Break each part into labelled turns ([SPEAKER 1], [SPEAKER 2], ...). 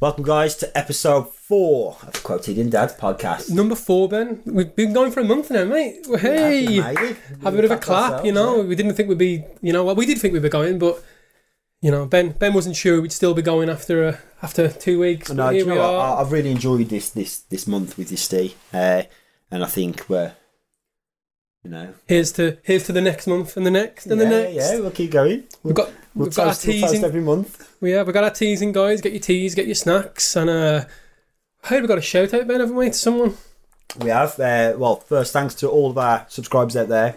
[SPEAKER 1] Welcome, guys, to episode four of Quoted in Dad podcast.
[SPEAKER 2] Number four, Ben. We've been going for a month now, mate. Hey,
[SPEAKER 1] We have, mate.
[SPEAKER 2] have a bit of a
[SPEAKER 1] We've
[SPEAKER 2] clap.
[SPEAKER 1] ourselves,
[SPEAKER 2] You know,
[SPEAKER 1] yeah.
[SPEAKER 2] we didn't think we'd be. You know, well, we did think we'd be going, but you know, Ben Ben wasn't sure we'd still be going after uh, after two weeks.
[SPEAKER 1] No,
[SPEAKER 2] but
[SPEAKER 1] do
[SPEAKER 2] here
[SPEAKER 1] you
[SPEAKER 2] we
[SPEAKER 1] know what?
[SPEAKER 2] are.
[SPEAKER 1] I- I've really enjoyed this this this month with you, Steve, uh, and I think we're, you know,
[SPEAKER 2] Here's to here's to the next month and the next and
[SPEAKER 1] yeah,
[SPEAKER 2] the next.
[SPEAKER 1] yeah, we'll keep going. We'll,
[SPEAKER 2] We've got
[SPEAKER 1] we'll
[SPEAKER 2] we've got our
[SPEAKER 1] toast- we'll toast
[SPEAKER 2] teasing.
[SPEAKER 1] every month.
[SPEAKER 2] we have we got our teasing, guys. Get your teas, get your snacks, and uh, I heard we got a shout out, Ben, haven't we, to someone?
[SPEAKER 1] We have. Uh, well, first, thanks to all of our subscribers out there,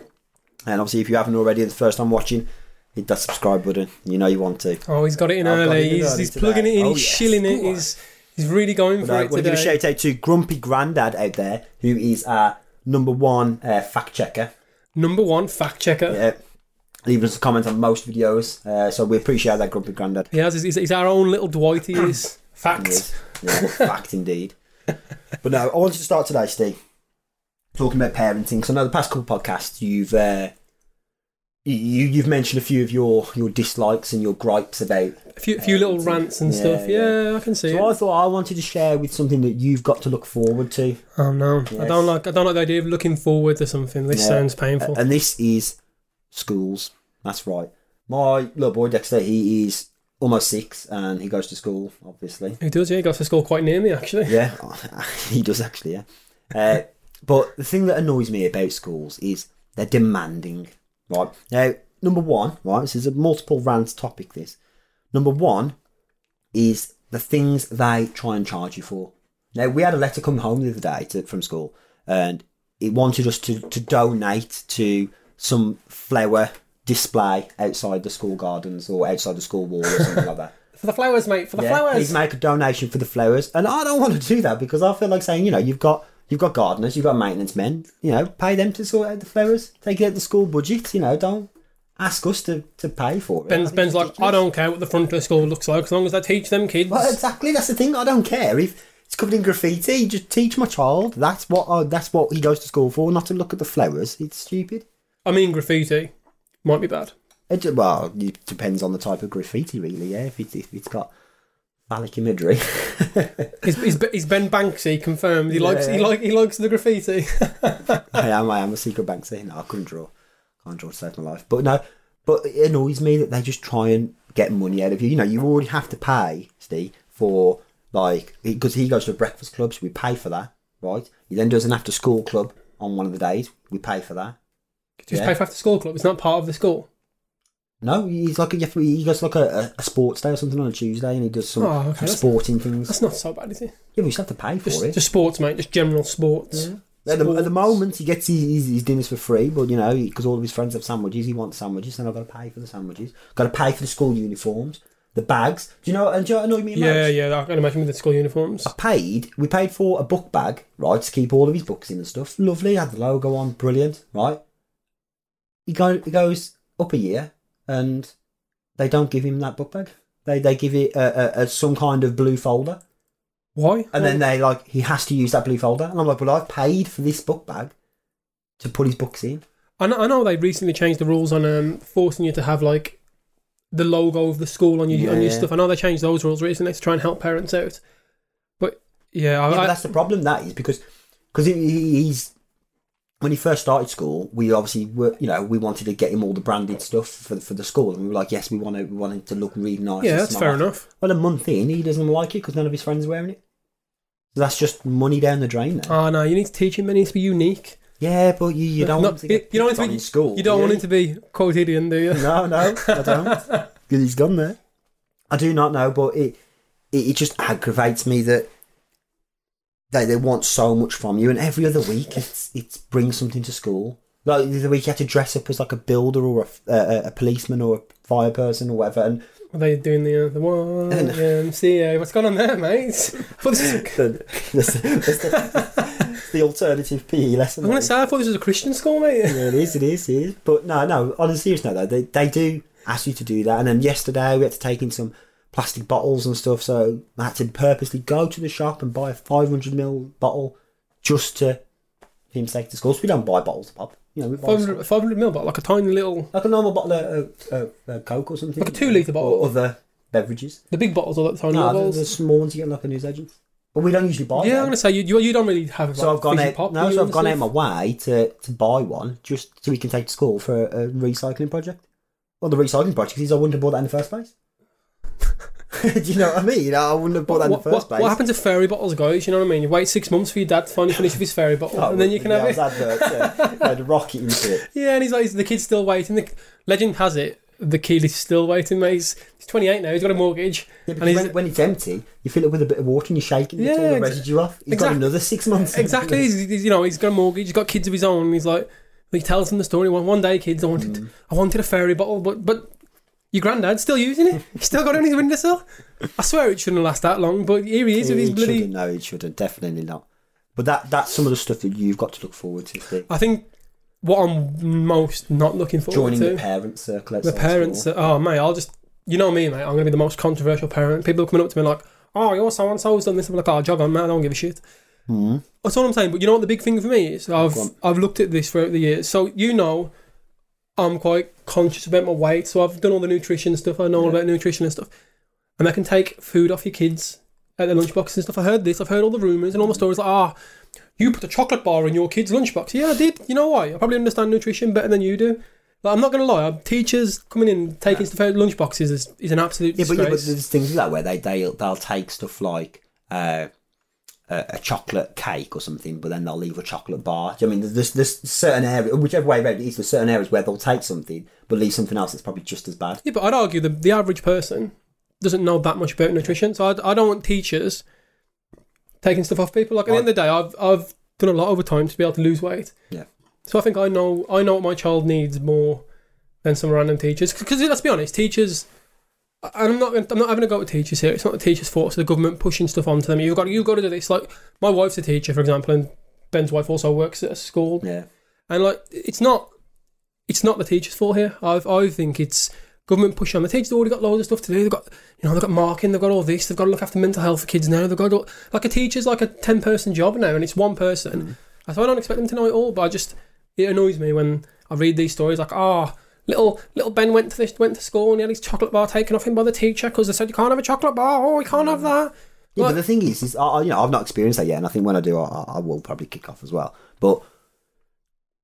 [SPEAKER 1] and obviously, if you haven't already, and the first time watching, hit that subscribe button. You know you want to.
[SPEAKER 2] Oh, he's got it in
[SPEAKER 1] I've got
[SPEAKER 2] early.
[SPEAKER 1] it in
[SPEAKER 2] he's
[SPEAKER 1] early
[SPEAKER 2] he's
[SPEAKER 1] today.
[SPEAKER 2] plugging it in.
[SPEAKER 1] Oh,
[SPEAKER 2] he's
[SPEAKER 1] yes,
[SPEAKER 2] shilling it.
[SPEAKER 1] go on.
[SPEAKER 2] He's he's really going for
[SPEAKER 1] But I
[SPEAKER 2] it
[SPEAKER 1] want to give a
[SPEAKER 2] today.
[SPEAKER 1] shout out to Grumpy Grandad out there, who is our number one uh, fact checker.
[SPEAKER 2] Number one fact checker.
[SPEAKER 1] Yeah. Leaving us a comment on most videos, uh, so we appreciate that, Grumpy Grandad.
[SPEAKER 2] He has. He's, he's our own little Dwight. He is. Facts.
[SPEAKER 1] Yes. Yeah, fact indeed. But no, I wanted to start today, Steve, talking about parenting. So, I know the past couple podcasts you've uh, you you've mentioned a few of your your dislikes and your gripes about.
[SPEAKER 2] A few, few little
[SPEAKER 1] Yeah,
[SPEAKER 2] rants and stuff.
[SPEAKER 1] yeah.
[SPEAKER 2] Yeah, I can see
[SPEAKER 1] So I
[SPEAKER 2] it.
[SPEAKER 1] thought I wanted to share with something that you've got to look forward to,
[SPEAKER 2] Oh no, I
[SPEAKER 1] Yes.
[SPEAKER 2] don't like. I don't like the idea of looking forward to something. This
[SPEAKER 1] Yeah.
[SPEAKER 2] sounds painful.
[SPEAKER 1] and this is schools. That's right. My little boy Dexter, he is almost six, and he goes to school, obviously.
[SPEAKER 2] he does. Yeah, he goes to school quite near me actually.
[SPEAKER 1] Yeah, he does actually. Yeah, uh, but the thing that annoys me about schools is they're demanding. Right now, number one, right, this is a multiple rant topic. This number one is the things they try and charge you for. Now we had a letter come home the other day to, from school, and it wanted us to to donate to some flower display outside the school gardens or outside the school wall or something like that.
[SPEAKER 2] For the flowers, mate. For the
[SPEAKER 1] Yeah,
[SPEAKER 2] flowers.
[SPEAKER 1] Please make a donation for the flowers. And I don't want to do that because I feel like saying, you know, you've got you've got gardeners, you've got maintenance men, you know, pay them to sort out the flowers. Take it out the school budget, you know, don't ask us to, to pay for it. I
[SPEAKER 2] Ben's,
[SPEAKER 1] think
[SPEAKER 2] Ben's
[SPEAKER 1] it's
[SPEAKER 2] like, I
[SPEAKER 1] ridiculous.
[SPEAKER 2] don't care what the front of the school looks like, as long as I teach them kids.
[SPEAKER 1] Well, exactly, that's the thing, I don't care. If it's covered in graffiti, just teach my child. That's what I, that's what he goes to school for, not to look at the flowers. It's stupid.
[SPEAKER 2] I mean, graffiti might be bad.
[SPEAKER 1] It, d- well, it depends on the type of graffiti, really, yeah. If, it, if it's got phallic imagery.
[SPEAKER 2] Is, is, Be- is Ben Banksy confirmed? He likes he
[SPEAKER 1] Yeah.
[SPEAKER 2] like he likes the graffiti.
[SPEAKER 1] I am. I am a secret bank saying no, I couldn't draw. Can't draw to save my life. But no, but it annoys me that they just try and get money out of you. You know, you already have to pay Steve for like because he goes to a breakfast club, so we pay for that, right? He then does an after school club on one of the days. We pay for that.
[SPEAKER 2] Just
[SPEAKER 1] Yeah.
[SPEAKER 2] pay for after school club. It's not part of the school.
[SPEAKER 1] No, he's like you have to- he goes to like a, a sports day or something on a Tuesday, and he does some,
[SPEAKER 2] Oh, okay,
[SPEAKER 1] some
[SPEAKER 2] that's-
[SPEAKER 1] sporting things.
[SPEAKER 2] That's not so bad, is it?
[SPEAKER 1] Yeah, but you still have to pay for
[SPEAKER 2] Just,
[SPEAKER 1] it.
[SPEAKER 2] just sports, mate. Just general sports.
[SPEAKER 1] Mm-hmm. At the, at the
[SPEAKER 2] Sports.
[SPEAKER 1] moment, he gets his, his, his dinners for free, but you know, because all of his friends have sandwiches, he wants sandwiches, and I've got to pay for the sandwiches. Got to pay for the school uniforms, the bags. Do you know? And do you know what annoyed me most?
[SPEAKER 2] Yeah, yeah, I can imagine with the school uniforms.
[SPEAKER 1] I paid. We paid for a book bag, right, to keep all of his books in and stuff. Lovely, had the logo on, brilliant, right. He, go, he goes up a year, and they don't give him that book bag. They they give it a, a, a some kind of blue folder.
[SPEAKER 2] Why?
[SPEAKER 1] And then they like he has to use that blue folder, and I'm like, well, I've paid for this book bag to put his books in.
[SPEAKER 2] I know, I know they recently changed the rules on um, forcing you to have like the logo of the school on your on your
[SPEAKER 1] Yeah.
[SPEAKER 2] stuff. I know they changed those rules recently to try and help parents out. But yeah, I,
[SPEAKER 1] Yeah, but
[SPEAKER 2] I-
[SPEAKER 1] that's the problem. That is because because he, he- he's when he first started school, we obviously were you know we wanted to get him all the branded stuff for for the school, and we were like, yes, we want to we want him to look really nice.
[SPEAKER 2] yeah,
[SPEAKER 1] and
[SPEAKER 2] that's
[SPEAKER 1] smart.
[SPEAKER 2] fair enough.
[SPEAKER 1] Well, a month in, he doesn't like it because none of his friends are wearing it. So that's just money down the drain. There.
[SPEAKER 2] Oh no, you need to teach him. It needs to be unique.
[SPEAKER 1] yeah, but you, you don't
[SPEAKER 2] Not-
[SPEAKER 1] want him to get
[SPEAKER 2] you don't want
[SPEAKER 1] picked
[SPEAKER 2] it
[SPEAKER 1] on
[SPEAKER 2] to
[SPEAKER 1] in
[SPEAKER 2] be
[SPEAKER 1] school.
[SPEAKER 2] You don't
[SPEAKER 1] do
[SPEAKER 2] want him to be quotidian, do you?
[SPEAKER 1] No, no, I don't. Because he's gone there. I do not know, but it, it it just aggravates me that they they want so much from you, and every other week it's it's bring something to school. Like the other week, you had to dress up as like a builder or a, uh, a, a policeman or a fire person or whatever, and
[SPEAKER 2] Are they doing the uh, the one MCA? What's going on there, mate? I thought this was-
[SPEAKER 1] the that's the, that's the- it's the alternative PE lesson.
[SPEAKER 2] I'm gonna
[SPEAKER 1] that
[SPEAKER 2] say I thought this was a Christian school, mate.
[SPEAKER 1] Yeah, it is, it is, it is. But no, no, on a serious note though, they, they do ask you to do that. And then yesterday we had to take in some plastic bottles and stuff, so I had to purposely go to the shop and buy a 500ml bottle just to him take to school. So we don't buy bottles of pop. You know, we buy
[SPEAKER 2] 500, 500 mil, but like a tiny little
[SPEAKER 1] like a normal bottle of, of, of, of Coke or something.
[SPEAKER 2] Like a two litre bottle.
[SPEAKER 1] Or other beverages.
[SPEAKER 2] The big bottles all the time.
[SPEAKER 1] No,
[SPEAKER 2] little
[SPEAKER 1] the,
[SPEAKER 2] bottles.
[SPEAKER 1] the small ones you get in like a newsagent. But we don't usually buy
[SPEAKER 2] yeah, I'm
[SPEAKER 1] them.
[SPEAKER 2] gonna say you, you you don't really have.
[SPEAKER 1] So
[SPEAKER 2] like,
[SPEAKER 1] I've gone
[SPEAKER 2] fizzy
[SPEAKER 1] out.
[SPEAKER 2] pop,
[SPEAKER 1] no,
[SPEAKER 2] do you,
[SPEAKER 1] so I've
[SPEAKER 2] and
[SPEAKER 1] gone out my
[SPEAKER 2] stuff?
[SPEAKER 1] way to, to buy one just so we can take to school for a, a recycling project. Well, the recycling project is I wouldn't have bought that in the first place. Do you know what I mean? I wouldn't have bought that in the
[SPEAKER 2] What,
[SPEAKER 1] first
[SPEAKER 2] what,
[SPEAKER 1] place.
[SPEAKER 2] what happened to fairy bottles, guys? You know what I mean? You wait six months for your dad to finally finish with his fairy bottle,
[SPEAKER 1] Oh,
[SPEAKER 2] and then you can
[SPEAKER 1] yeah,
[SPEAKER 2] have
[SPEAKER 1] I
[SPEAKER 2] it.
[SPEAKER 1] was advert, yeah. I'd rock it into it.
[SPEAKER 2] Yeah, and he's like, the kid's still waiting. The legend has it, the kid is still waiting, mate. He's, he's 28 now. He's got a mortgage,
[SPEAKER 1] Yeah,
[SPEAKER 2] and
[SPEAKER 1] because
[SPEAKER 2] he's
[SPEAKER 1] when, when it's empty, you fill it with a bit of water and you're shaking it, it's
[SPEAKER 2] Yeah,
[SPEAKER 1] all the
[SPEAKER 2] ex-
[SPEAKER 1] residue off. You've got
[SPEAKER 2] exact-
[SPEAKER 1] another six months.
[SPEAKER 2] exactly. He's, he's, you know, he's got a mortgage. He's got kids of his own. And he's like, he tells them the story. One, one day, kids, I wanted,
[SPEAKER 1] Mm.
[SPEAKER 2] I wanted a fairy bottle, but but your granddad's still using it. He's still got it on his windowsill. I swear it shouldn't last that long, but here he is with his
[SPEAKER 1] it
[SPEAKER 2] bloody.
[SPEAKER 1] shouldn't. No, it shouldn't. Definitely not. But that that's some of the stuff that you've got to look forward to. Steve.
[SPEAKER 2] I think what I'm most not looking forward
[SPEAKER 1] Joining
[SPEAKER 2] to
[SPEAKER 1] the parent circle.
[SPEAKER 2] the
[SPEAKER 1] outside
[SPEAKER 2] parents
[SPEAKER 1] school.
[SPEAKER 2] that, oh mate i'll just you know me mate i'm gonna be the most controversial parent people coming up to me like oh you're so and so's done this i'm like oh jog on man i don't give a shit that's all i'm saying but you know what the big thing for me is i've
[SPEAKER 1] Hmm. Go on.
[SPEAKER 2] i've looked at this throughout the years so you know i'm quite conscious about my weight so i've done all the nutrition stuff i know all
[SPEAKER 1] Yeah.
[SPEAKER 2] about nutrition and stuff and i can take food off your kids at their lunchbox and stuff i heard this i've heard all the rumors and all the stories like ah you put a chocolate bar in your kid's lunchbox. Yeah, I did. You know why? I probably understand nutrition better than you do. Like, I'm not going to lie. Teachers coming in and taking stuff out of lunchboxes is, is an absolute
[SPEAKER 1] Yeah, but, yeah, but
[SPEAKER 2] disgrace.
[SPEAKER 1] there's things like that where they they'll, they'll take stuff like uh, a, a chocolate cake or something, but then they'll leave a chocolate bar. Do you know what I mean, there's there's certain areas, whichever way around it is, there's certain areas where they'll take something but leave something else that's probably just as bad.
[SPEAKER 2] yeah, but I'd argue the, the average person doesn't know that much about nutrition. So I'd, I don't want teachers taking stuff off people. Like, at the end of the day, I've, I've done a lot over time to be able to lose weight.
[SPEAKER 1] Yeah.
[SPEAKER 2] So I think I know I know what my child needs more than some random teachers. Because let's be honest, teachers. And I'm not. gonna- I'm not having a go at teachers here. It's not the teachers' fault. It's the government pushing stuff onto them. You've got. You've got to do this. Like my wife's a teacher, for example, and Ben's wife also works at a school.
[SPEAKER 1] Yeah.
[SPEAKER 2] And like, it's not. It's not the teachers' fault here. I've, I think it's government pushing on. The teachers have already got loads of stuff to do. They've got. You know, they've got marking. They've got all this. They've got to look after mental health for kids now. They've got to, like a teacher's like a ten-person job now, and it's one person. So I don't expect them to know it all, but I just it annoys me when I read these stories like, ah, little little Ben went to this went to school and he had his chocolate bar taken off him by the teacher because they said you can't have a chocolate bar. Oh, we can't have that.
[SPEAKER 1] Yeah,
[SPEAKER 2] Like-
[SPEAKER 1] but the thing is, is I, I- you know, I've not experienced that yet, and I think when I do, I- I, I will probably kick off as well. But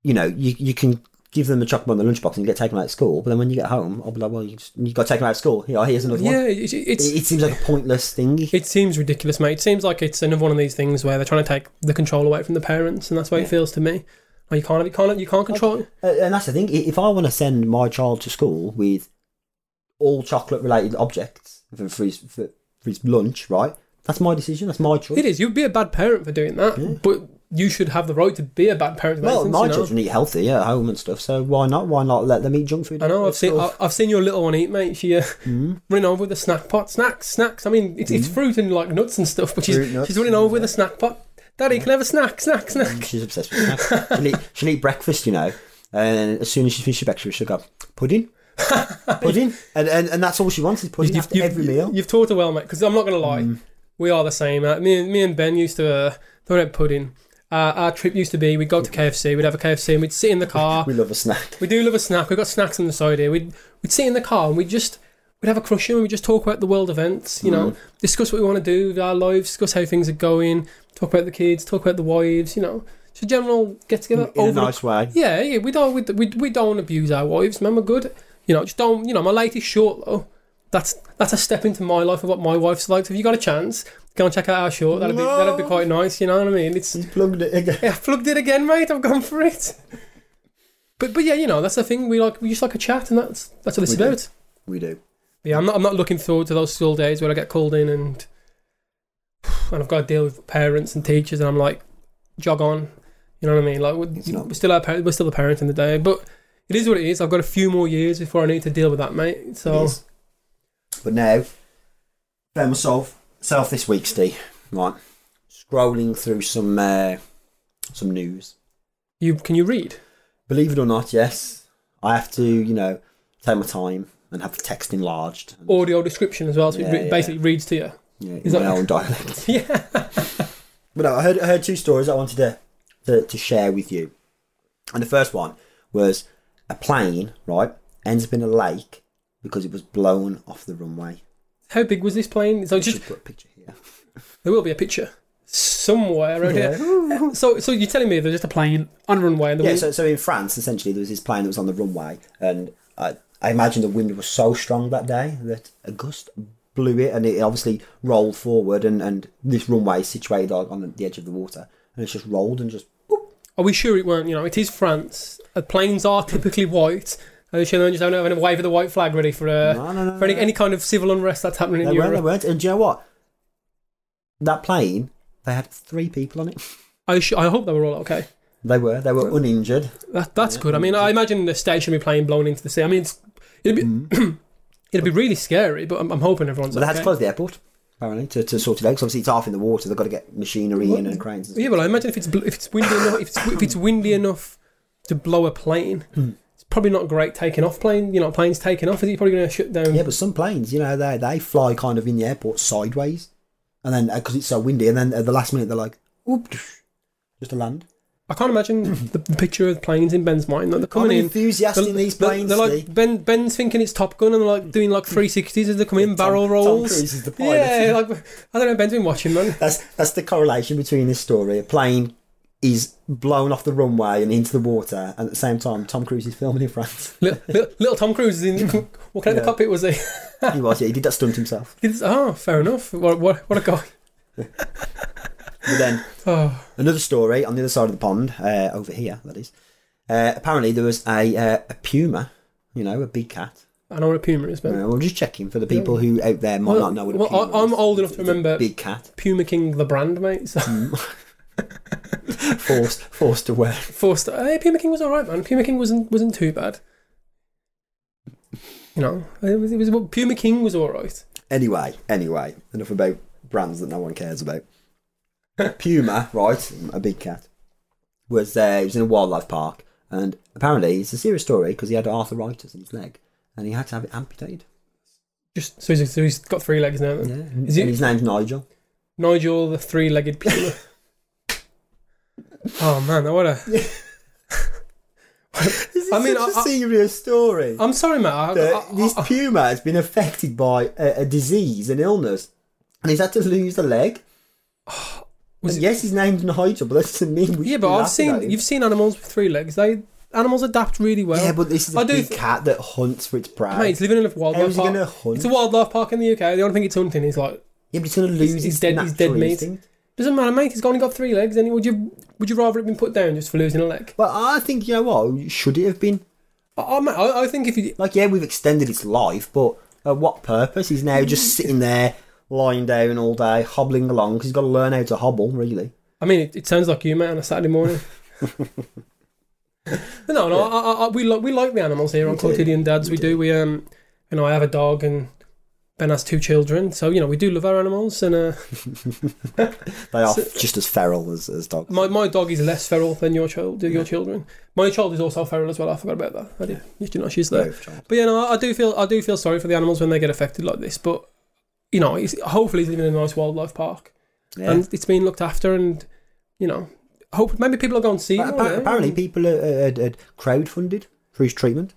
[SPEAKER 1] you know, you you can give them the chocolate on the lunchbox and you get taken out of school, but then when you get home, I'll be like, well, you, just, you got taken out of school. Here, here's another one.
[SPEAKER 2] yeah, it,
[SPEAKER 1] It,
[SPEAKER 2] it's
[SPEAKER 1] it seems like a pointless thing.
[SPEAKER 2] it seems ridiculous, mate. It seems like it's another one of these things where they're trying to take the control away from the parents, and that's why it feels to me. Oh, you can't have, you can't you can't control. it.
[SPEAKER 1] Uh, and that's the thing. i- If I want to send my child to school with all chocolate-related objects for, for, his, for, for his lunch, right? That's my decision. That's my choice.
[SPEAKER 2] It is. You'd be a bad parent for doing that, but you should have the right to be a bad parent. in that
[SPEAKER 1] Well,
[SPEAKER 2] sense,
[SPEAKER 1] my
[SPEAKER 2] you know?
[SPEAKER 1] children eat healthy yeah, at home and stuff. So why not? Why not let them eat junk food?
[SPEAKER 2] I know.
[SPEAKER 1] at
[SPEAKER 2] I've seen.
[SPEAKER 1] school?
[SPEAKER 2] I, I've seen your little one eat, mate. She uh,
[SPEAKER 1] Mm.
[SPEAKER 2] running over with a snack pot. Snacks, snacks. I mean, it's, it's fruit and like nuts and stuff, but she's
[SPEAKER 1] Fruit, nuts,
[SPEAKER 2] she's running over with a snack pot. Daddy, can I have a snack? Snack, snack.
[SPEAKER 1] She's obsessed with snacks. she'll, eat, she'll eat breakfast, you know, and as soon as she finishes breakfast, she'll go pudding, pudding, and, and and that's all she wants is pudding after every meal. Mm.
[SPEAKER 2] You've taught her well, mate. Because I'm not gonna lie, we are the same. Uh, me and me and Ben used to uh, throw out pudding. Uh, our trip used to be we'd go to KFC, we'd have a KFC, and we'd sit in the car.
[SPEAKER 1] we love a snack.
[SPEAKER 2] We do love a snack. We've got snacks on the side here. We'd we'd sit in the car and we'd just we'd have a crush and we'd just talk about the world events, you
[SPEAKER 1] Mm.
[SPEAKER 2] know, discuss what we want to do with our lives, discuss how things are going, talk about the kids, talk about the wives, you know. It's a general get together
[SPEAKER 1] In a
[SPEAKER 2] over
[SPEAKER 1] nice way.
[SPEAKER 2] yeah, yeah, we don't we, we, we don't abuse our wives, man. We're good. You know, just don't. You know, my lady's short though. That's that's a step into my life of what my wife's like. So if you got a chance, go and check out our short. That'd be that'd be
[SPEAKER 1] No.
[SPEAKER 2] quite nice. You know what I mean? It's
[SPEAKER 1] Plugged it again.
[SPEAKER 2] yeah, I plugged it again, mate. I've gone for it. But but yeah, you know that's the thing. We like we just like a chat, and that's that's what it's
[SPEAKER 1] We do.
[SPEAKER 2] about.
[SPEAKER 1] We do.
[SPEAKER 2] Yeah, I'm not I'm not looking forward to those school days where I get called in and and I've got to deal with parents and teachers, and I'm like jog on. You know what I mean? Like
[SPEAKER 1] It's
[SPEAKER 2] we're,
[SPEAKER 1] not-
[SPEAKER 2] we're still our parent, we're still a parent in the day, but it is what it is. I've got a few more years before I need to deal with that, mate.
[SPEAKER 1] It
[SPEAKER 2] So
[SPEAKER 1] is. But now, found myself self this week, Steve. Right, scrolling through some uh, some news.
[SPEAKER 2] you can you read?
[SPEAKER 1] Believe it or not, yes, I have to you know take my time and have the text enlarged.
[SPEAKER 2] Audio description as well, so it
[SPEAKER 1] Yeah,
[SPEAKER 2] re-
[SPEAKER 1] yeah.
[SPEAKER 2] basically reads to you.
[SPEAKER 1] Yeah, in
[SPEAKER 2] Oh, Is that-
[SPEAKER 1] my own dialect.
[SPEAKER 2] Yeah.
[SPEAKER 1] But no, I heard I heard two stories I wanted to, to to share with you, and the first one was a plane right ends up in a lake because it was blown off the runway.
[SPEAKER 2] How big was this plane? So
[SPEAKER 1] I
[SPEAKER 2] just
[SPEAKER 1] should put a picture here.
[SPEAKER 2] there will be a picture somewhere around here. So so you're telling me there's just a plane on a runway and the
[SPEAKER 1] Yeah,
[SPEAKER 2] wind-
[SPEAKER 1] so, so in France, essentially, there was this plane that was on the runway, and I, I imagine the wind was so strong that day that a gust blew it, and it obviously rolled forward, and, and this runway is situated on, on the edge of the water, and it's just rolled and just. boop.
[SPEAKER 2] Are we sure it weren't? You know, it is France. Uh, planes are typically white. Are they sure they just don't have any wave of the white flag ready for, uh,
[SPEAKER 1] No, no, no,
[SPEAKER 2] for any,
[SPEAKER 1] no.
[SPEAKER 2] any kind of civil unrest that's happening in
[SPEAKER 1] They weren't,
[SPEAKER 2] Europe?
[SPEAKER 1] they weren't. And do you know what? That plane, they had three people on it.
[SPEAKER 2] I, sh- I hope they were all okay.
[SPEAKER 1] They were, they were uninjured.
[SPEAKER 2] That, that's good. I mean, I imagine the station be plane blown into the sea. I mean, it's, it'd be it'd be really scary, but I'm, I'm hoping everyone's
[SPEAKER 1] Mm-hmm. But they had
[SPEAKER 2] okay.
[SPEAKER 1] to close the airport, apparently, to, to sort it out, 'cause obviously it's half in the water, they've got to get machinery in and cranes and stuff.
[SPEAKER 2] Yeah, but I imagine if it's bl- if it's windy enough if it's, if it's windy enough to blow a plane,
[SPEAKER 1] Hmm.
[SPEAKER 2] it's probably not great taking off plane. You know, planes taking off. Is it probably going to shut down?
[SPEAKER 1] Yeah, but some planes, you know, they they fly kind of in the airport sideways, and then because it's so windy, and then at the last minute they're like, oop, just to land.
[SPEAKER 2] I can't imagine the, the picture of planes in Ben's mind. Like they're
[SPEAKER 1] I'm
[SPEAKER 2] coming
[SPEAKER 1] an
[SPEAKER 2] in.
[SPEAKER 1] enthusiast
[SPEAKER 2] They're,
[SPEAKER 1] in these
[SPEAKER 2] they're-
[SPEAKER 1] planes.
[SPEAKER 2] they're
[SPEAKER 1] Steve.
[SPEAKER 2] like Ben. Ben's thinking it's Top Gun, and they're like doing like 360s as they come in, barrel
[SPEAKER 1] Tom
[SPEAKER 2] rolls.
[SPEAKER 1] Cruise is the pilot.
[SPEAKER 2] yeah, like I don't know. Ben's been watching, man.
[SPEAKER 1] that's that's the correlation between this story. A plane is blown off the runway and into the water, and at the same time, Tom Cruise is filming in France.
[SPEAKER 2] little, little, little Tom Cruise is in walking out the
[SPEAKER 1] Yeah.
[SPEAKER 2] cockpit. Was he?
[SPEAKER 1] he was, yeah, he did that stunt himself.
[SPEAKER 2] He's- oh, fair enough. What, what, what a guy.
[SPEAKER 1] But then
[SPEAKER 2] Oh,
[SPEAKER 1] Another story on the other side of the pond, uh, over here, that is. Uh, apparently, there was a, uh, a puma, you know, a big cat.
[SPEAKER 2] I know what a puma is, but
[SPEAKER 1] Uh, we're just checking for the people who out there might
[SPEAKER 2] Well,
[SPEAKER 1] not know what a
[SPEAKER 2] well,
[SPEAKER 1] puma
[SPEAKER 2] I- I'm
[SPEAKER 1] is.
[SPEAKER 2] old enough to
[SPEAKER 1] It's a
[SPEAKER 2] remember-
[SPEAKER 1] Big cat,
[SPEAKER 2] Puma King, the brand, mate. So
[SPEAKER 1] Mm. forced, forced to wear.
[SPEAKER 2] forced. Hey, Puma King was all right, man. Puma King wasn't wasn't too bad. You know, it was, it was Puma King was all right.
[SPEAKER 1] Anyway, anyway, enough about brands that no one cares about. Puma, right, a big cat, was uh, he was in a wildlife park, and apparently it's a serious story because he had arthritis in his leg, and he had to have it amputated.
[SPEAKER 2] Just so he's, so he's got three legs now. Then.
[SPEAKER 1] Yeah,
[SPEAKER 2] Is he-
[SPEAKER 1] and his name's Nigel.
[SPEAKER 2] Nigel, the three-legged puma. oh man, what a.
[SPEAKER 1] This is
[SPEAKER 2] I mean,
[SPEAKER 1] such a
[SPEAKER 2] I- I-
[SPEAKER 1] serious story.
[SPEAKER 2] I'm sorry, mate. I,
[SPEAKER 1] that
[SPEAKER 2] I- I-
[SPEAKER 1] this puma has been affected by a, a disease, an illness, and he's had to lose a leg.
[SPEAKER 2] Was
[SPEAKER 1] And yes, his name's Nigel, but that doesn't mean we
[SPEAKER 2] Yeah,
[SPEAKER 1] should
[SPEAKER 2] but
[SPEAKER 1] be
[SPEAKER 2] I've
[SPEAKER 1] laughing at
[SPEAKER 2] seen
[SPEAKER 1] him.
[SPEAKER 2] you've seen animals with three legs. They animals adapt really well.
[SPEAKER 1] yeah, but this is a
[SPEAKER 2] I do
[SPEAKER 1] big
[SPEAKER 2] th-
[SPEAKER 1] cat that hunts for its prey.
[SPEAKER 2] mate, it's living in a wildlife
[SPEAKER 1] How's he
[SPEAKER 2] park.
[SPEAKER 1] gonna hunt?
[SPEAKER 2] It's a wildlife park in the UK. The only thing it's hunting is like
[SPEAKER 1] yeah, but he's going to lose
[SPEAKER 2] he's
[SPEAKER 1] his
[SPEAKER 2] dead- he's dead
[SPEAKER 1] natural
[SPEAKER 2] meat.
[SPEAKER 1] instinct.
[SPEAKER 2] doesn't matter, mate. He's only got three legs. Then would you would you rather it been put down just for losing a leg?
[SPEAKER 1] Well, I think you know what should it have been
[SPEAKER 2] I, I, mate, I, I think if you
[SPEAKER 1] like? Yeah, we've extended its life, but at what purpose? He's now just sitting there, lying down all day, hobbling along because he's got to learn how to hobble. Really,
[SPEAKER 2] I mean, it, it sounds like you, mate, on a Saturday morning. no, no, I, I, I, we like we like the animals here on
[SPEAKER 1] do.
[SPEAKER 2] Quotidian Dads. We,
[SPEAKER 1] We
[SPEAKER 2] do. We um, you know, I have a dog and Ben has two children, so you know we do love our animals. And uh,
[SPEAKER 1] they are just as feral as, as dogs.
[SPEAKER 2] my, my dog is less feral than your child, your children. My child is also feral as well. I forgot about that. I did. You know, she's there.
[SPEAKER 1] Both child.
[SPEAKER 2] But yeah, no, I- I do feel I do feel sorry for the animals when they get affected like this. But you know, it's, hopefully he's living in a nice wildlife park
[SPEAKER 1] Yeah.
[SPEAKER 2] and it's being looked after, and you know, hope maybe people are going to see.
[SPEAKER 1] But
[SPEAKER 2] him,
[SPEAKER 1] appa-
[SPEAKER 2] eh?
[SPEAKER 1] apparently, people had had- had crowdfunded for his treatment.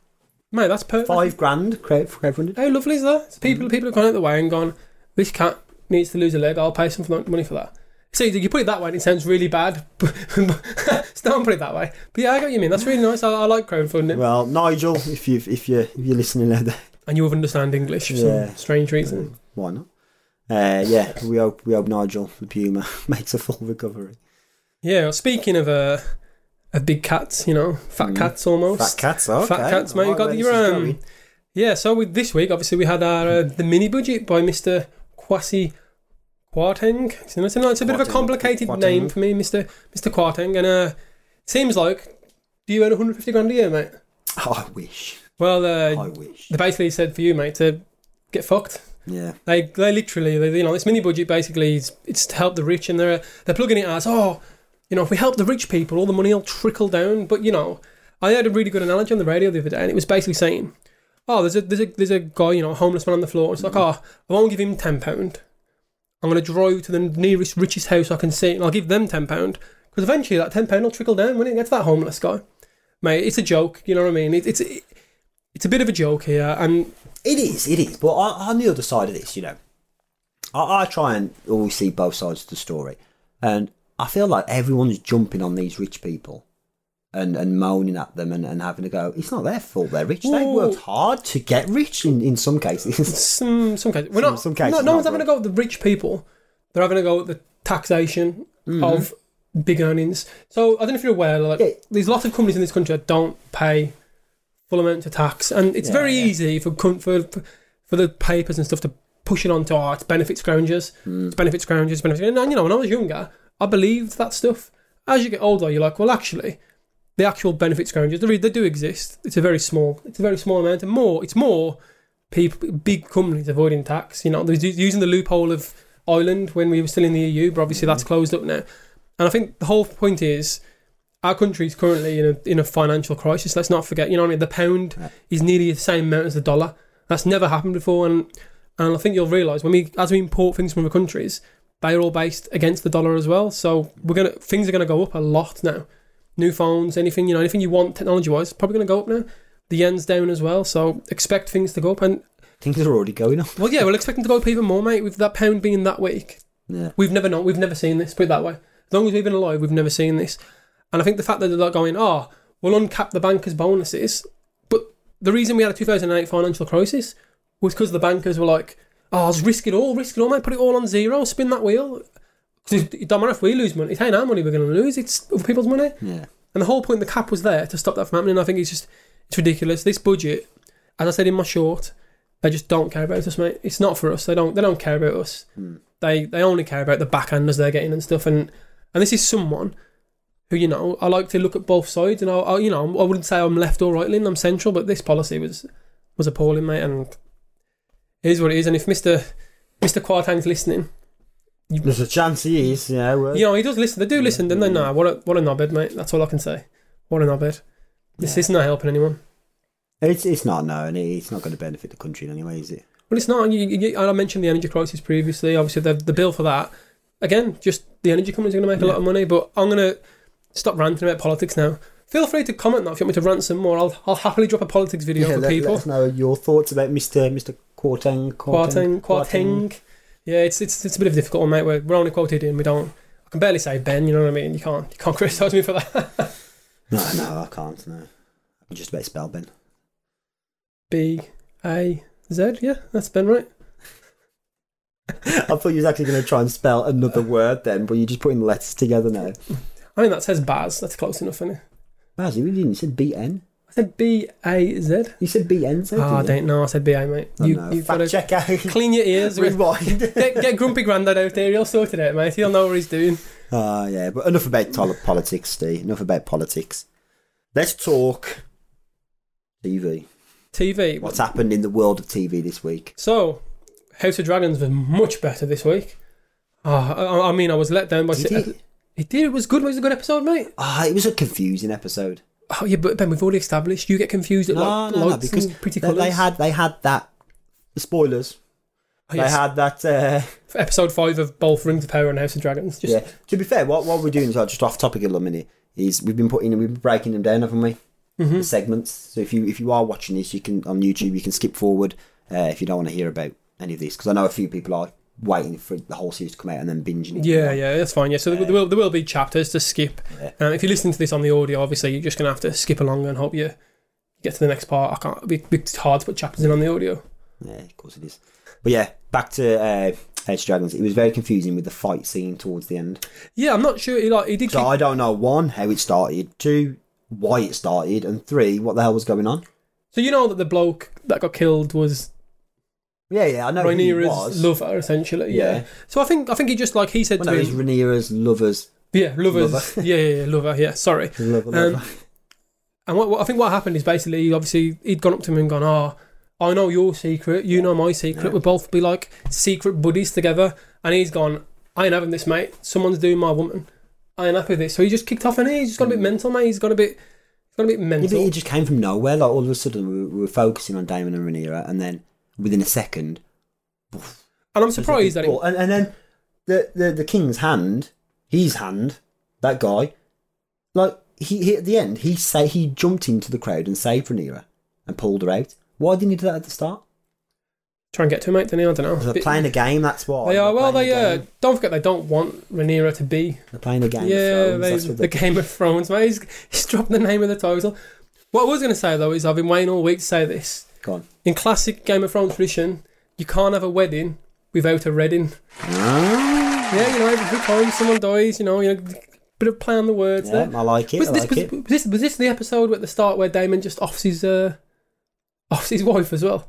[SPEAKER 2] mate, that's perfect.
[SPEAKER 1] Five Mm-hmm. grand crowd, crowdfunded.
[SPEAKER 2] How lovely is that? It's people people have gone out the way and gone. This cat needs to lose a leg. I'll pay some for- money for that. So you put it that way, and it sounds really bad. But don't put it that way. But yeah, I get what you mean. That's really nice. I, I like crowdfunding.
[SPEAKER 1] Well, Nigel, if you if you if you're listening out there,
[SPEAKER 2] and you understand English for
[SPEAKER 1] Yeah.
[SPEAKER 2] some strange reason.
[SPEAKER 1] why not? Uh, yeah, we hope we hope Nigel the Puma makes a full recovery.
[SPEAKER 2] Yeah, well, speaking of uh, of big cats, you know, fat cats almost.
[SPEAKER 1] Mm-hmm. Fat cats, okay.
[SPEAKER 2] cats, mate,
[SPEAKER 1] I
[SPEAKER 2] you got
[SPEAKER 1] where
[SPEAKER 2] your
[SPEAKER 1] this is
[SPEAKER 2] own.
[SPEAKER 1] going.
[SPEAKER 2] Yeah, so with this week, obviously, we had our uh, the mini budget by Mister Kwasi Kwarteng. It's, it's, a, it's a bit of a
[SPEAKER 1] Kwarteng.
[SPEAKER 2] complicated
[SPEAKER 1] Kwarteng.
[SPEAKER 2] name for me, Mister Mister Kwarteng, and uh, seems like do you earn 150 grand a year, mate?
[SPEAKER 1] I wish.
[SPEAKER 2] Well, uh,
[SPEAKER 1] I wish.
[SPEAKER 2] they basically said for you, mate, to get fucked.
[SPEAKER 1] Yeah.
[SPEAKER 2] They they literally they, you know this mini budget basically is it's to help the rich and they're they're plugging it as oh you know if we help the rich people all the money will trickle down but you know I heard a really good analogy on the radio the other day and it was basically saying oh there's a there's a there's a guy you know a homeless man on the floor it's like oh I won't give him ten pound I'm gonna drive to the nearest richest house I can see and I'll give them ten pound because eventually that ten pound will trickle down when it gets that homeless guy mate it's a joke you know what I mean it, it's it, it's a bit of a joke here, and
[SPEAKER 1] It is, it is. But on, on the other side of this, you know, I, I try and always see both sides of the story. And I feel like everyone's jumping on these rich people and, and moaning at them and, and having a go. It's not their fault they're rich. They
[SPEAKER 2] Well-
[SPEAKER 1] worked hard to get rich in, in some cases.
[SPEAKER 2] some some cases we're
[SPEAKER 1] Some-
[SPEAKER 2] not.
[SPEAKER 1] some cases
[SPEAKER 2] no, no
[SPEAKER 1] not,
[SPEAKER 2] one's having a
[SPEAKER 1] right.
[SPEAKER 2] go at the rich people. They're having a go at the taxation of big earnings. So I don't know if you're aware, like
[SPEAKER 1] Mm-hmm. Yeah.
[SPEAKER 2] there's lots of companies in this country that don't pay full amount of tax, and it's
[SPEAKER 1] Yeah,
[SPEAKER 2] very
[SPEAKER 1] yeah.
[SPEAKER 2] easy for com- for for the papers and stuff to push it onto oh, it's benefits scroungers,
[SPEAKER 1] Hmm.
[SPEAKER 2] it's benefits scroungers, it's benefits. And you know, when I was younger, I believed that stuff. As you get older, you're like, well, actually, the actual benefits scroungers, they, re- they do exist. It's a very small, it's a very small amount, and more, it's more people, big companies avoiding tax. You know, they're u- using the loophole of Ireland when we were still in the EU, but
[SPEAKER 1] Hmm.
[SPEAKER 2] obviously that's closed up now. And I think the whole point is our country's currently in a, in a financial crisis. Let's not forget, you know what I mean? The pound is nearly the same amount as the dollar. That's never happened before. And, and I think you'll realise when we, as we import things from other countries, they are all based against the dollar as well. So we're gonna things are gonna go up a lot now. New phones, anything you know, anything you want technology wise, probably gonna go up now. The yen's down as well, so expect things to go up. And
[SPEAKER 1] Things are already going on.
[SPEAKER 2] well, yeah, we're expecting to go up even more, mate. With that pound being that weak,
[SPEAKER 1] Yeah.
[SPEAKER 2] We've never not we've never seen this. Put it that way. As long as we've been alive, we've never seen this. And I think the fact that they're not going, oh, we'll uncap the bankers' bonuses. But the reason we had a 2008 financial crisis was because the bankers were like, oh, let's risk it all, risk it all, mate, put it all on zero, spin that wheel. 'Cause it don't matter if we lose money. It ain't our money we're going to lose. It's other people's money.
[SPEAKER 1] Yeah.
[SPEAKER 2] And the whole point of the cap was there to stop that from happening. I think it's just it's ridiculous. This budget, as I said in my short, they just don't care about us, mate. It's not for us. They don't they don't care about us. They they only care about the backhanders they're getting and stuff. And and this is someone who you know I like to look at both sides. And I, I you know I wouldn't say I'm left or right leaning. I'm central, but this policy was was appalling, mate. And it is what it is. And if Mister Mister Quartang's listening,
[SPEAKER 1] There's a chance he is, you know. uh,
[SPEAKER 2] you know, he does listen. They do listen, don't they? Nah, what a what a knobhead, mate. That's all I can say. What a knobhead. This
[SPEAKER 1] Yeah.
[SPEAKER 2] is not helping anyone.
[SPEAKER 1] It's, it's not, no, and it's not going to benefit the country in any way, is it?
[SPEAKER 2] Well, it's not. You, you, I mentioned the energy crisis previously. Obviously, the the bill for that. Again, just the energy companies are going to make a lot of money. But I'm going to stop ranting about politics now. Feel free to comment though if you want me to rant some more. I'll, I'll happily drop a politics video for
[SPEAKER 1] let, let
[SPEAKER 2] people.
[SPEAKER 1] us know your thoughts about Mr. Mr. Quartang.
[SPEAKER 2] Quarting, quarting. Yeah, it's it's it's a bit of a difficult one, mate. We're, we're only quoted in. We don't. I can barely say Ben. You know what I mean? You can't you can't criticise me for that.
[SPEAKER 1] No, no, I can't. No, I'm just about spell Ben.
[SPEAKER 2] B A Z. Yeah, that's Ben, right?
[SPEAKER 1] I thought you was actually going to try and spell another word then, but you're just putting letters together now.
[SPEAKER 2] I mean, that says Baz. That's close enough, isn't it?
[SPEAKER 1] Mazzy, you didn't. You said B N.
[SPEAKER 2] I said B A Z.
[SPEAKER 1] You said B N. So
[SPEAKER 2] Oh, I don't know. I said B A, mate.
[SPEAKER 1] Oh,
[SPEAKER 2] you, You've
[SPEAKER 1] Fact
[SPEAKER 2] got to
[SPEAKER 1] check out.
[SPEAKER 2] clean your ears. with,
[SPEAKER 1] Rewind.
[SPEAKER 2] get, get Grumpy Grandad out there. He'll sort it out, mate. He'll know what he's doing.
[SPEAKER 1] Ah, yeah. But enough about tol- politics, Steve. Enough about politics. Let's talk TV.
[SPEAKER 2] TV.
[SPEAKER 1] What's happened in the world of TV this week?
[SPEAKER 2] So, House of Dragons was much better this week. Oh, I, I mean, I was let down by.
[SPEAKER 1] Did it?
[SPEAKER 2] It did. It was good. It was a good episode, mate.
[SPEAKER 1] Ah, it was a confusing episode.
[SPEAKER 2] Oh, yeah, but Ben, we've already established you get confused at like lights
[SPEAKER 1] because
[SPEAKER 2] and pretty
[SPEAKER 1] they,
[SPEAKER 2] colours.
[SPEAKER 1] they had they had that spoilers.
[SPEAKER 2] Oh, yes.
[SPEAKER 1] They had that. Uh,
[SPEAKER 2] For episode five of both Rings of Power and House of Dragons. Just
[SPEAKER 1] yeah. To be fair, what what we're doing as well, just off topic a little minute, is we've been putting we've been breaking them down, haven't we?
[SPEAKER 2] Mm-hmm.
[SPEAKER 1] The segments. So if you if you are watching this, you can on YouTube you can skip forward uh, if you don't want to hear about any of this because I know a few people are waiting for the whole series to come out and then binging it.
[SPEAKER 2] Yeah, yeah, that's fine. Yeah, so there, will, there will be chapters to skip.
[SPEAKER 1] Yeah.
[SPEAKER 2] Um, if you're listening to this on the audio, obviously you're just gonna have to skip along and hope you get to the next part. I can't. It'd be, it's hard to put chapters in on the audio.
[SPEAKER 1] Yeah, of course it is. But yeah, back to uh, Edge Dragons. It was very confusing with the fight scene towards the end.
[SPEAKER 2] Yeah, I'm not sure. He, like he did.
[SPEAKER 1] So
[SPEAKER 2] Keep,
[SPEAKER 1] I don't know one how it started, two why it started, and three what the hell was going on.
[SPEAKER 2] so you know that the bloke that got killed was
[SPEAKER 1] Yeah, yeah, I know who Oh, he
[SPEAKER 2] Rhaenyra's
[SPEAKER 1] was.
[SPEAKER 2] lover, essentially. Yeah.
[SPEAKER 1] Yeah.
[SPEAKER 2] So I think I think he just like he said
[SPEAKER 1] well,
[SPEAKER 2] to
[SPEAKER 1] no, it was
[SPEAKER 2] him,
[SPEAKER 1] Rhaenyra's lovers.
[SPEAKER 2] yeah, lovers,
[SPEAKER 1] lover.
[SPEAKER 2] yeah, yeah, yeah, lover, yeah. Sorry.
[SPEAKER 1] Lover,
[SPEAKER 2] Um,
[SPEAKER 1] lover.
[SPEAKER 2] And what, what I think what happened is basically, he obviously, he'd gone up to him and gone, "Ah, I know your secret. You know my secret. We'll both be like secret buddies together." And he's gone, "I ain't having this, mate. Someone's doing my woman. I ain't happy with this." So he just kicked off, and he? he's just got a bit mental, mate. He's got a bit, he's got a bit
[SPEAKER 1] Yeah,
[SPEAKER 2] mental.
[SPEAKER 1] but it Mm. just came from nowhere. Like all of a sudden, we were, we were focusing on Damon and Rhaenyra, and then within a second,
[SPEAKER 2] and I'm surprised that it,
[SPEAKER 1] well, and, and then the, the the king's hand, his hand, that guy, like he, he at the end, he say he jumped into the crowd and saved Rhaenyra, and pulled her out. Why didn't you do that at the start?
[SPEAKER 2] Try and get to him, mate, then I don't know.
[SPEAKER 1] Because
[SPEAKER 2] Bit-
[SPEAKER 1] they're playing a game, that's why.
[SPEAKER 2] They are.
[SPEAKER 1] They're
[SPEAKER 2] Well,
[SPEAKER 1] playing
[SPEAKER 2] they
[SPEAKER 1] a
[SPEAKER 2] uh,
[SPEAKER 1] game.
[SPEAKER 2] don't forget they don't want Rhaenyra to be.
[SPEAKER 1] They're playing a game. of
[SPEAKER 2] yeah,
[SPEAKER 1] Thrones,
[SPEAKER 2] they,
[SPEAKER 1] that's what
[SPEAKER 2] the
[SPEAKER 1] they-
[SPEAKER 2] Game of Thrones, mate. He's, he's dropped the name of the title. What I was going to say though is I've been waiting all week to say this.
[SPEAKER 1] Go on.
[SPEAKER 2] In classic Game of Thrones tradition, you can't have a wedding without a redding.
[SPEAKER 1] Ah,
[SPEAKER 2] Yeah, you know, every time someone dies, you know, you know, bit of play on the words
[SPEAKER 1] yeah,
[SPEAKER 2] there.
[SPEAKER 1] I like it.
[SPEAKER 2] Was
[SPEAKER 1] I
[SPEAKER 2] this,
[SPEAKER 1] like
[SPEAKER 2] was,
[SPEAKER 1] it.
[SPEAKER 2] was this was this the episode at the start where Damon just offs his uh, offs his wife as well?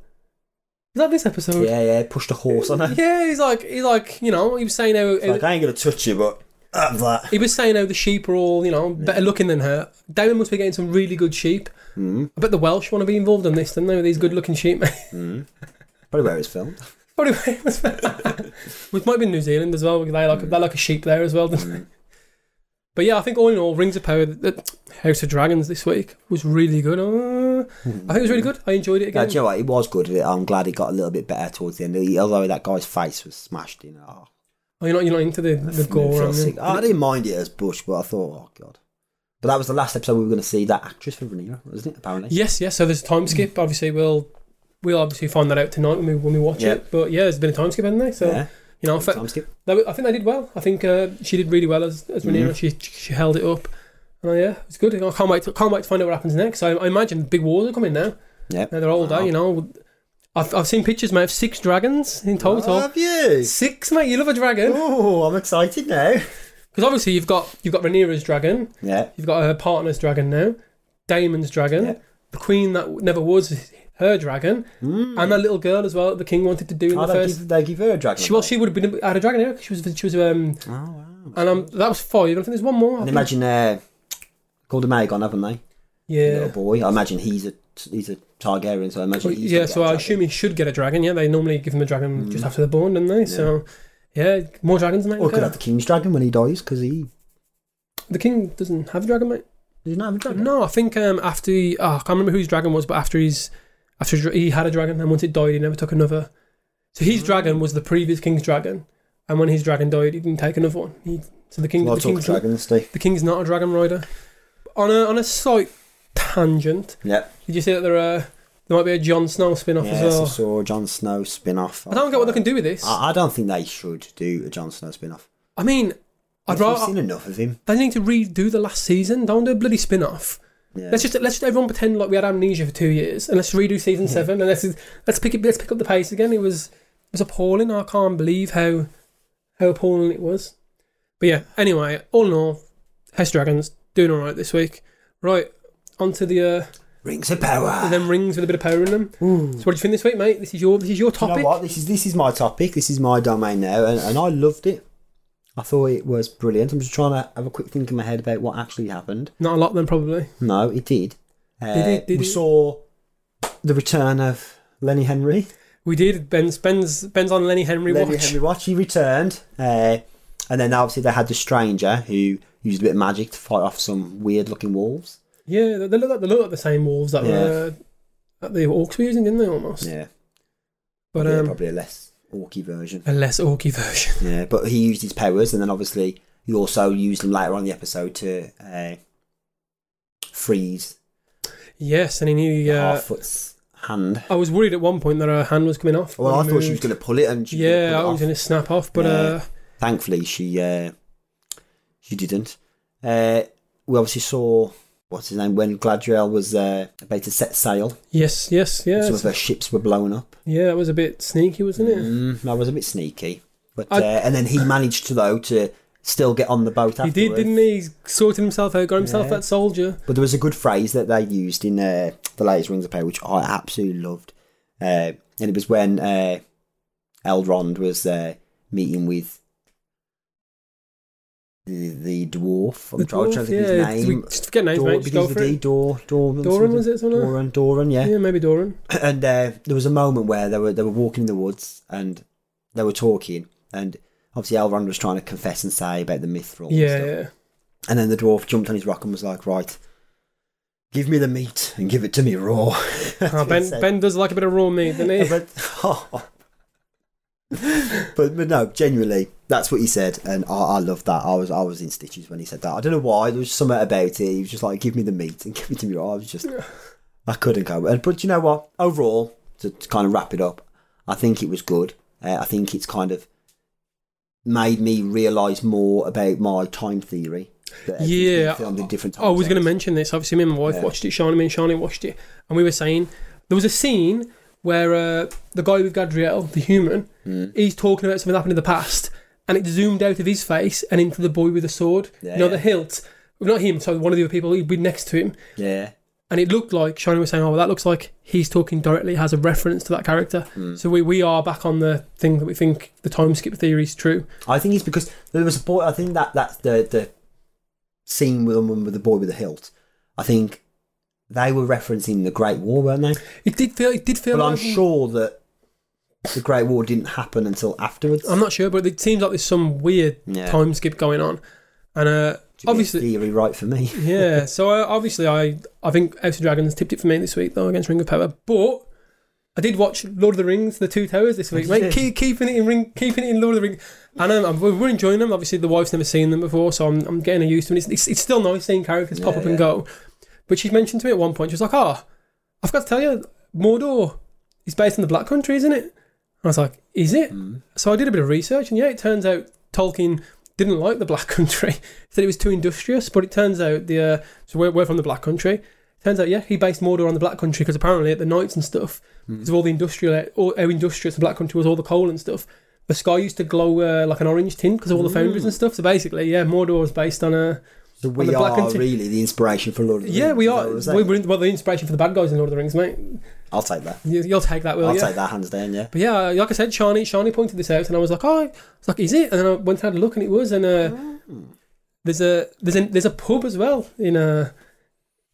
[SPEAKER 2] Is that this episode?
[SPEAKER 1] Yeah, yeah. Pushed a horse on her.
[SPEAKER 2] Yeah, he's like he's like you know he was saying how
[SPEAKER 1] It's Like, I ain't gonna touch you, but have that.
[SPEAKER 2] He was saying how the sheep are all, you know, better looking than her. Damon must be getting some really good sheep.
[SPEAKER 1] Mm,
[SPEAKER 2] I bet the Welsh want to be involved in this, don't they? With these good looking sheep, mate.
[SPEAKER 1] mm. Probably where it's filmed.
[SPEAKER 2] Probably Which might be New Zealand as well. They like, they like a sheep there as well. don't
[SPEAKER 1] Mm.
[SPEAKER 2] they? But yeah, I think all in all, Rings of Power, the House of Dragons this week was really good. Uh, I think it was really good. I enjoyed it
[SPEAKER 1] No,
[SPEAKER 2] again.
[SPEAKER 1] do you know what? It was good. I'm glad it got a little bit better towards the end. Although that guy's face was smashed in. Oh,
[SPEAKER 2] oh, you're not, you're not into the, the
[SPEAKER 1] I,
[SPEAKER 2] gore.
[SPEAKER 1] feel
[SPEAKER 2] on
[SPEAKER 1] sick.
[SPEAKER 2] the-
[SPEAKER 1] Oh, I didn't mind it as Bush, but I thought, oh god. But that was the last episode we were going to see that actress for Rhaenyra, wasn't it? Apparently.
[SPEAKER 2] Yes, yes. So there's a
[SPEAKER 1] Hmm.
[SPEAKER 2] time skip. Obviously, we'll we'll obviously find that out tonight when we, when we watch
[SPEAKER 1] Yeah.
[SPEAKER 2] it. But yeah, there's been a time skip, hasn't there? So
[SPEAKER 1] yeah.
[SPEAKER 2] you know, fa-
[SPEAKER 1] Time skip.
[SPEAKER 2] They were- I think they did well. I think uh, she did really well as as Rhaenyra.
[SPEAKER 1] Mhm.
[SPEAKER 2] She she held it up. And, uh, yeah, it's good. I can't wait. To, can't wait to find out what happens next. I, I imagine big wars are coming now.
[SPEAKER 1] Yeah.
[SPEAKER 2] Now they're older,
[SPEAKER 1] Wow.
[SPEAKER 2] you know. I've, I've seen pictures, mate, of six dragons in total.
[SPEAKER 1] Have you?
[SPEAKER 2] Six, mate. You love a dragon
[SPEAKER 1] Oh, I'm excited now.
[SPEAKER 2] because obviously you've got you've got Rhaenyra's dragon,
[SPEAKER 1] Yeah.
[SPEAKER 2] you've got her partner's dragon now, Damon's dragon,
[SPEAKER 1] Yeah.
[SPEAKER 2] the queen that never was her dragon,
[SPEAKER 1] Mm.
[SPEAKER 2] and that little girl as well that the king wanted to do in
[SPEAKER 1] Oh,
[SPEAKER 2] the
[SPEAKER 1] they,
[SPEAKER 2] first.
[SPEAKER 1] give, they give her a dragon.
[SPEAKER 2] She, well,
[SPEAKER 1] right?
[SPEAKER 2] she would have been had a dragon era 'cause she was she was um
[SPEAKER 1] Oh wow.
[SPEAKER 2] and um that was five. I think there's one more. I
[SPEAKER 1] And
[SPEAKER 2] think-
[SPEAKER 1] imagine uh, called a Magon, haven't they? Little
[SPEAKER 2] Yeah.
[SPEAKER 1] boy. I imagine he's a he's a Targaryen, so I imagine
[SPEAKER 2] Well,
[SPEAKER 1] he's
[SPEAKER 2] yeah,
[SPEAKER 1] gonna get
[SPEAKER 2] so
[SPEAKER 1] a
[SPEAKER 2] I
[SPEAKER 1] dragon. Mm.
[SPEAKER 2] assume he should get a dragon. Yeah, they normally give him a dragon just after they're born, don't they? So, yeah, more dragons, mate.
[SPEAKER 1] Or could
[SPEAKER 2] yeah.
[SPEAKER 1] have the king's dragon when he dies because he
[SPEAKER 2] The king doesn't have a dragon, mate.
[SPEAKER 1] does not have a dragon.
[SPEAKER 2] No, I think um, after he, oh, I can't remember who his dragon was, but after he's after his dra- he had a dragon, and once it died, he never took another. So his dragon was the previous king's dragon, and when his dragon died, he didn't take another one. He, so the king,
[SPEAKER 1] Well,
[SPEAKER 2] the,
[SPEAKER 1] talk
[SPEAKER 2] king's,
[SPEAKER 1] dragons, Steve.
[SPEAKER 2] the king's not a dragon rider. On a on a slight tangent,
[SPEAKER 1] Yeah.
[SPEAKER 2] did you see that there are, there might be a Jon Snow spin off as
[SPEAKER 1] Yes, I
[SPEAKER 2] well?
[SPEAKER 1] saw a Ah. Jon Snow spin off.
[SPEAKER 2] I don't get what they can do with this.
[SPEAKER 1] I, I don't think they should do a Jon Snow spin off.
[SPEAKER 2] I mean, I'd
[SPEAKER 1] I've
[SPEAKER 2] rather
[SPEAKER 1] seen enough of him.
[SPEAKER 2] they need to redo the last season. Don't do a bloody spin off.
[SPEAKER 1] Yeah.
[SPEAKER 2] Let's just let's just everyone pretend like we had amnesia for two years, and let's redo season seven, and let's let's pick it let's pick up the pace again. It was it was appalling. I can't believe how how appalling it was. But yeah, anyway, all in all, House Dragons doing all right this week. Right, onto the
[SPEAKER 1] Rings of power.
[SPEAKER 2] uh, them rings with a bit of power in them.
[SPEAKER 1] Ah. Ooh.
[SPEAKER 2] So what do you think this week, mate? This is your this is your
[SPEAKER 1] You
[SPEAKER 2] topic.
[SPEAKER 1] know what? This is this is my topic. This is my domain now, and, and I loved it. I thought it was brilliant. I'm just trying to have a quick think in my head about what actually happened.
[SPEAKER 2] Not a lot then, probably.
[SPEAKER 1] No, it did. Uh,
[SPEAKER 2] Did it- did
[SPEAKER 1] we
[SPEAKER 2] it?
[SPEAKER 1] saw the return of Lenny Henry.
[SPEAKER 2] We did. Ben's Ben's Ben's on Lenny Henry
[SPEAKER 1] Lenny
[SPEAKER 2] watch.
[SPEAKER 1] Henry watch. He returned, uh, and then obviously they had the stranger who used a bit of magic to fight off some weird-looking wolves.
[SPEAKER 2] Yeah, they they look like they look like the same wolves that were that the orcs were using, didn't they? Almost,
[SPEAKER 1] Yeah,
[SPEAKER 2] but
[SPEAKER 1] yeah,
[SPEAKER 2] um,
[SPEAKER 1] probably a less orky version.
[SPEAKER 2] a less orky version.
[SPEAKER 1] Yeah, but he used his powers, and then obviously he also used them later on in the episode to uh, freeze
[SPEAKER 2] yes, and he knew. Uh,
[SPEAKER 1] Harfoot's hand.
[SPEAKER 2] I was worried at one point that her hand was coming off.
[SPEAKER 1] Well, I
[SPEAKER 2] when he
[SPEAKER 1] thought she was
[SPEAKER 2] moved.
[SPEAKER 1] going to pull it, and she was
[SPEAKER 2] Yeah, I
[SPEAKER 1] gonna pull it
[SPEAKER 2] was
[SPEAKER 1] off.
[SPEAKER 2] going to snap off, but
[SPEAKER 1] Yeah.
[SPEAKER 2] uh,
[SPEAKER 1] thankfully she uh, she didn't. Uh, we obviously saw what's his name when Gladriel was uh, about to set sail.
[SPEAKER 2] yes, yes, yeah,
[SPEAKER 1] Some of her ships were blown up.
[SPEAKER 2] yeah. That was a bit sneaky, wasn't it?
[SPEAKER 1] Mm, that was a bit sneaky, but
[SPEAKER 2] I-
[SPEAKER 1] uh, and then he managed to though to still get on the boat.
[SPEAKER 2] He
[SPEAKER 1] Afterwards.
[SPEAKER 2] did, didn't he? He sorted himself out, got himself
[SPEAKER 1] Mm. Yeah.
[SPEAKER 2] that soldier.
[SPEAKER 1] But there was a good phrase that they used in uh, the latest Rings of Power, which I absolutely loved. Uh, and it was when uh, Elrond was uh, meeting with the, the dwarf. I'm
[SPEAKER 2] The
[SPEAKER 1] trying,
[SPEAKER 2] dwarf,
[SPEAKER 1] trying to think
[SPEAKER 2] yeah.
[SPEAKER 1] of his name.
[SPEAKER 2] We, just forget names,
[SPEAKER 1] Dor-
[SPEAKER 2] mate. Just go
[SPEAKER 1] begins
[SPEAKER 2] for
[SPEAKER 1] with D.
[SPEAKER 2] it.
[SPEAKER 1] Dor, Doran,
[SPEAKER 2] Doran was it? Something like
[SPEAKER 1] Doran, Doran, yeah.
[SPEAKER 2] that? Yeah, maybe Doran.
[SPEAKER 1] And uh, there was a moment where they were they were walking in the woods and they were talking, and obviously Elrond was trying to confess and say about the mithril. and
[SPEAKER 2] Yeah,
[SPEAKER 1] stuff.
[SPEAKER 2] yeah.
[SPEAKER 1] And then the dwarf jumped on his rock and was like, "Right, give me the meat and give it to me raw." That's
[SPEAKER 2] Ah,
[SPEAKER 1] what he
[SPEAKER 2] ben,
[SPEAKER 1] said.
[SPEAKER 2] ben does like a bit of raw meat, doesn't he?
[SPEAKER 1] but, but but no, genuinely, that's what he said, and I, I loved that. I was I was in stitches when he said that. I don't know why. There was something about it. He was just like, "Give me the meat and give it to me raw." I was just I couldn't go. Uh, But you know what? Overall, to, to kind of wrap it up, I think it was good. Uh, I think it's kind of made me realise more about my time theory. that everything's been
[SPEAKER 2] Yeah,
[SPEAKER 1] filmed in different time
[SPEAKER 2] Oh, I was going to
[SPEAKER 1] zones.
[SPEAKER 2] mention this. Obviously, me and my wife
[SPEAKER 1] Yeah.
[SPEAKER 2] watched it. Shawnee, me and Shawnee watched it, and we were saying there was a scene where uh, the guy with Gadriel, the human,
[SPEAKER 1] Mm.
[SPEAKER 2] he's talking about something that happened in the past, and it zoomed out of his face and into the boy with the sword.
[SPEAKER 1] Yeah,
[SPEAKER 2] you know, the
[SPEAKER 1] yeah.
[SPEAKER 2] hilt. Not him. So one of the other people he'd been next to him,
[SPEAKER 1] Yeah,
[SPEAKER 2] and it looked like Shawnee was saying, "Oh, well, that looks like he's talking directly has a reference to that character."
[SPEAKER 1] Mm.
[SPEAKER 2] So we we are back on the thing that we think the time skip theory is true.
[SPEAKER 1] I think it's because there was a boy. I think that that's the the scene with the woman with the boy with the hilt. I think they were referencing the Great War, weren't they?
[SPEAKER 2] It did feel. It did feel.
[SPEAKER 1] But I'm
[SPEAKER 2] like-
[SPEAKER 1] sure that the Great War didn't happen until afterwards.
[SPEAKER 2] I'm not sure, but it seems like there's some weird
[SPEAKER 1] Yeah.
[SPEAKER 2] time skip going on, and uh, obviously,
[SPEAKER 1] theory right for me.
[SPEAKER 2] yeah. So uh, obviously, I I think House of Dragons tipped it for me this week though against Ring of Power, but I did watch Lord of the Rings: The Two Towers this week,
[SPEAKER 1] What did
[SPEAKER 2] mate.
[SPEAKER 1] you
[SPEAKER 2] Keep, keeping it in Ring, keeping it in Lord of the Rings, and um, I'm, we're enjoying them. Obviously, the wife's never seen them before, so I'm I'm getting used to it. It's it's, it's still nice seeing characters pop
[SPEAKER 1] Yeah,
[SPEAKER 2] up
[SPEAKER 1] yeah.
[SPEAKER 2] and go, but she mentioned to me at one point she was like, "Ah, I forgot to tell you, Mordor is based in the Black Country, isn't it?" I was like, "Is it?" So I did a bit of research, and yeah, it turns out Tolkien didn't like the Black Country. he said it was too industrious, but it turns out the uh, so we're, we're from the Black Country. Turns out, yeah, he based Mordor on the Black Country because apparently at the nights and stuff,
[SPEAKER 1] Hmm.
[SPEAKER 2] because of all the industrial, all, how industrious the Black Country was, all the coal and stuff, the sky used to glow uh, like an orange tint because of all the foundries
[SPEAKER 1] Hmm.
[SPEAKER 2] and stuff. So basically, yeah, Mordor was based on a
[SPEAKER 1] So we
[SPEAKER 2] the
[SPEAKER 1] are
[SPEAKER 2] Black Country-
[SPEAKER 1] really the inspiration for Lord of the
[SPEAKER 2] yeah,
[SPEAKER 1] Rings. is
[SPEAKER 2] we
[SPEAKER 1] that
[SPEAKER 2] are.
[SPEAKER 1] what you're saying?
[SPEAKER 2] We were in, well, the inspiration for the bad guys in Lord of the Rings, mate.
[SPEAKER 1] I'll take that.
[SPEAKER 2] You, you'll take that, will
[SPEAKER 1] I'll
[SPEAKER 2] you?
[SPEAKER 1] take that hands down. Yeah.
[SPEAKER 2] But yeah, like I said, Shani Shani pointed this out, and I was like, "Oh, it's like is it?" And then I went and had a look, and it was. And uh,
[SPEAKER 1] Mm.
[SPEAKER 2] there's a there's a there's a pub as well in uh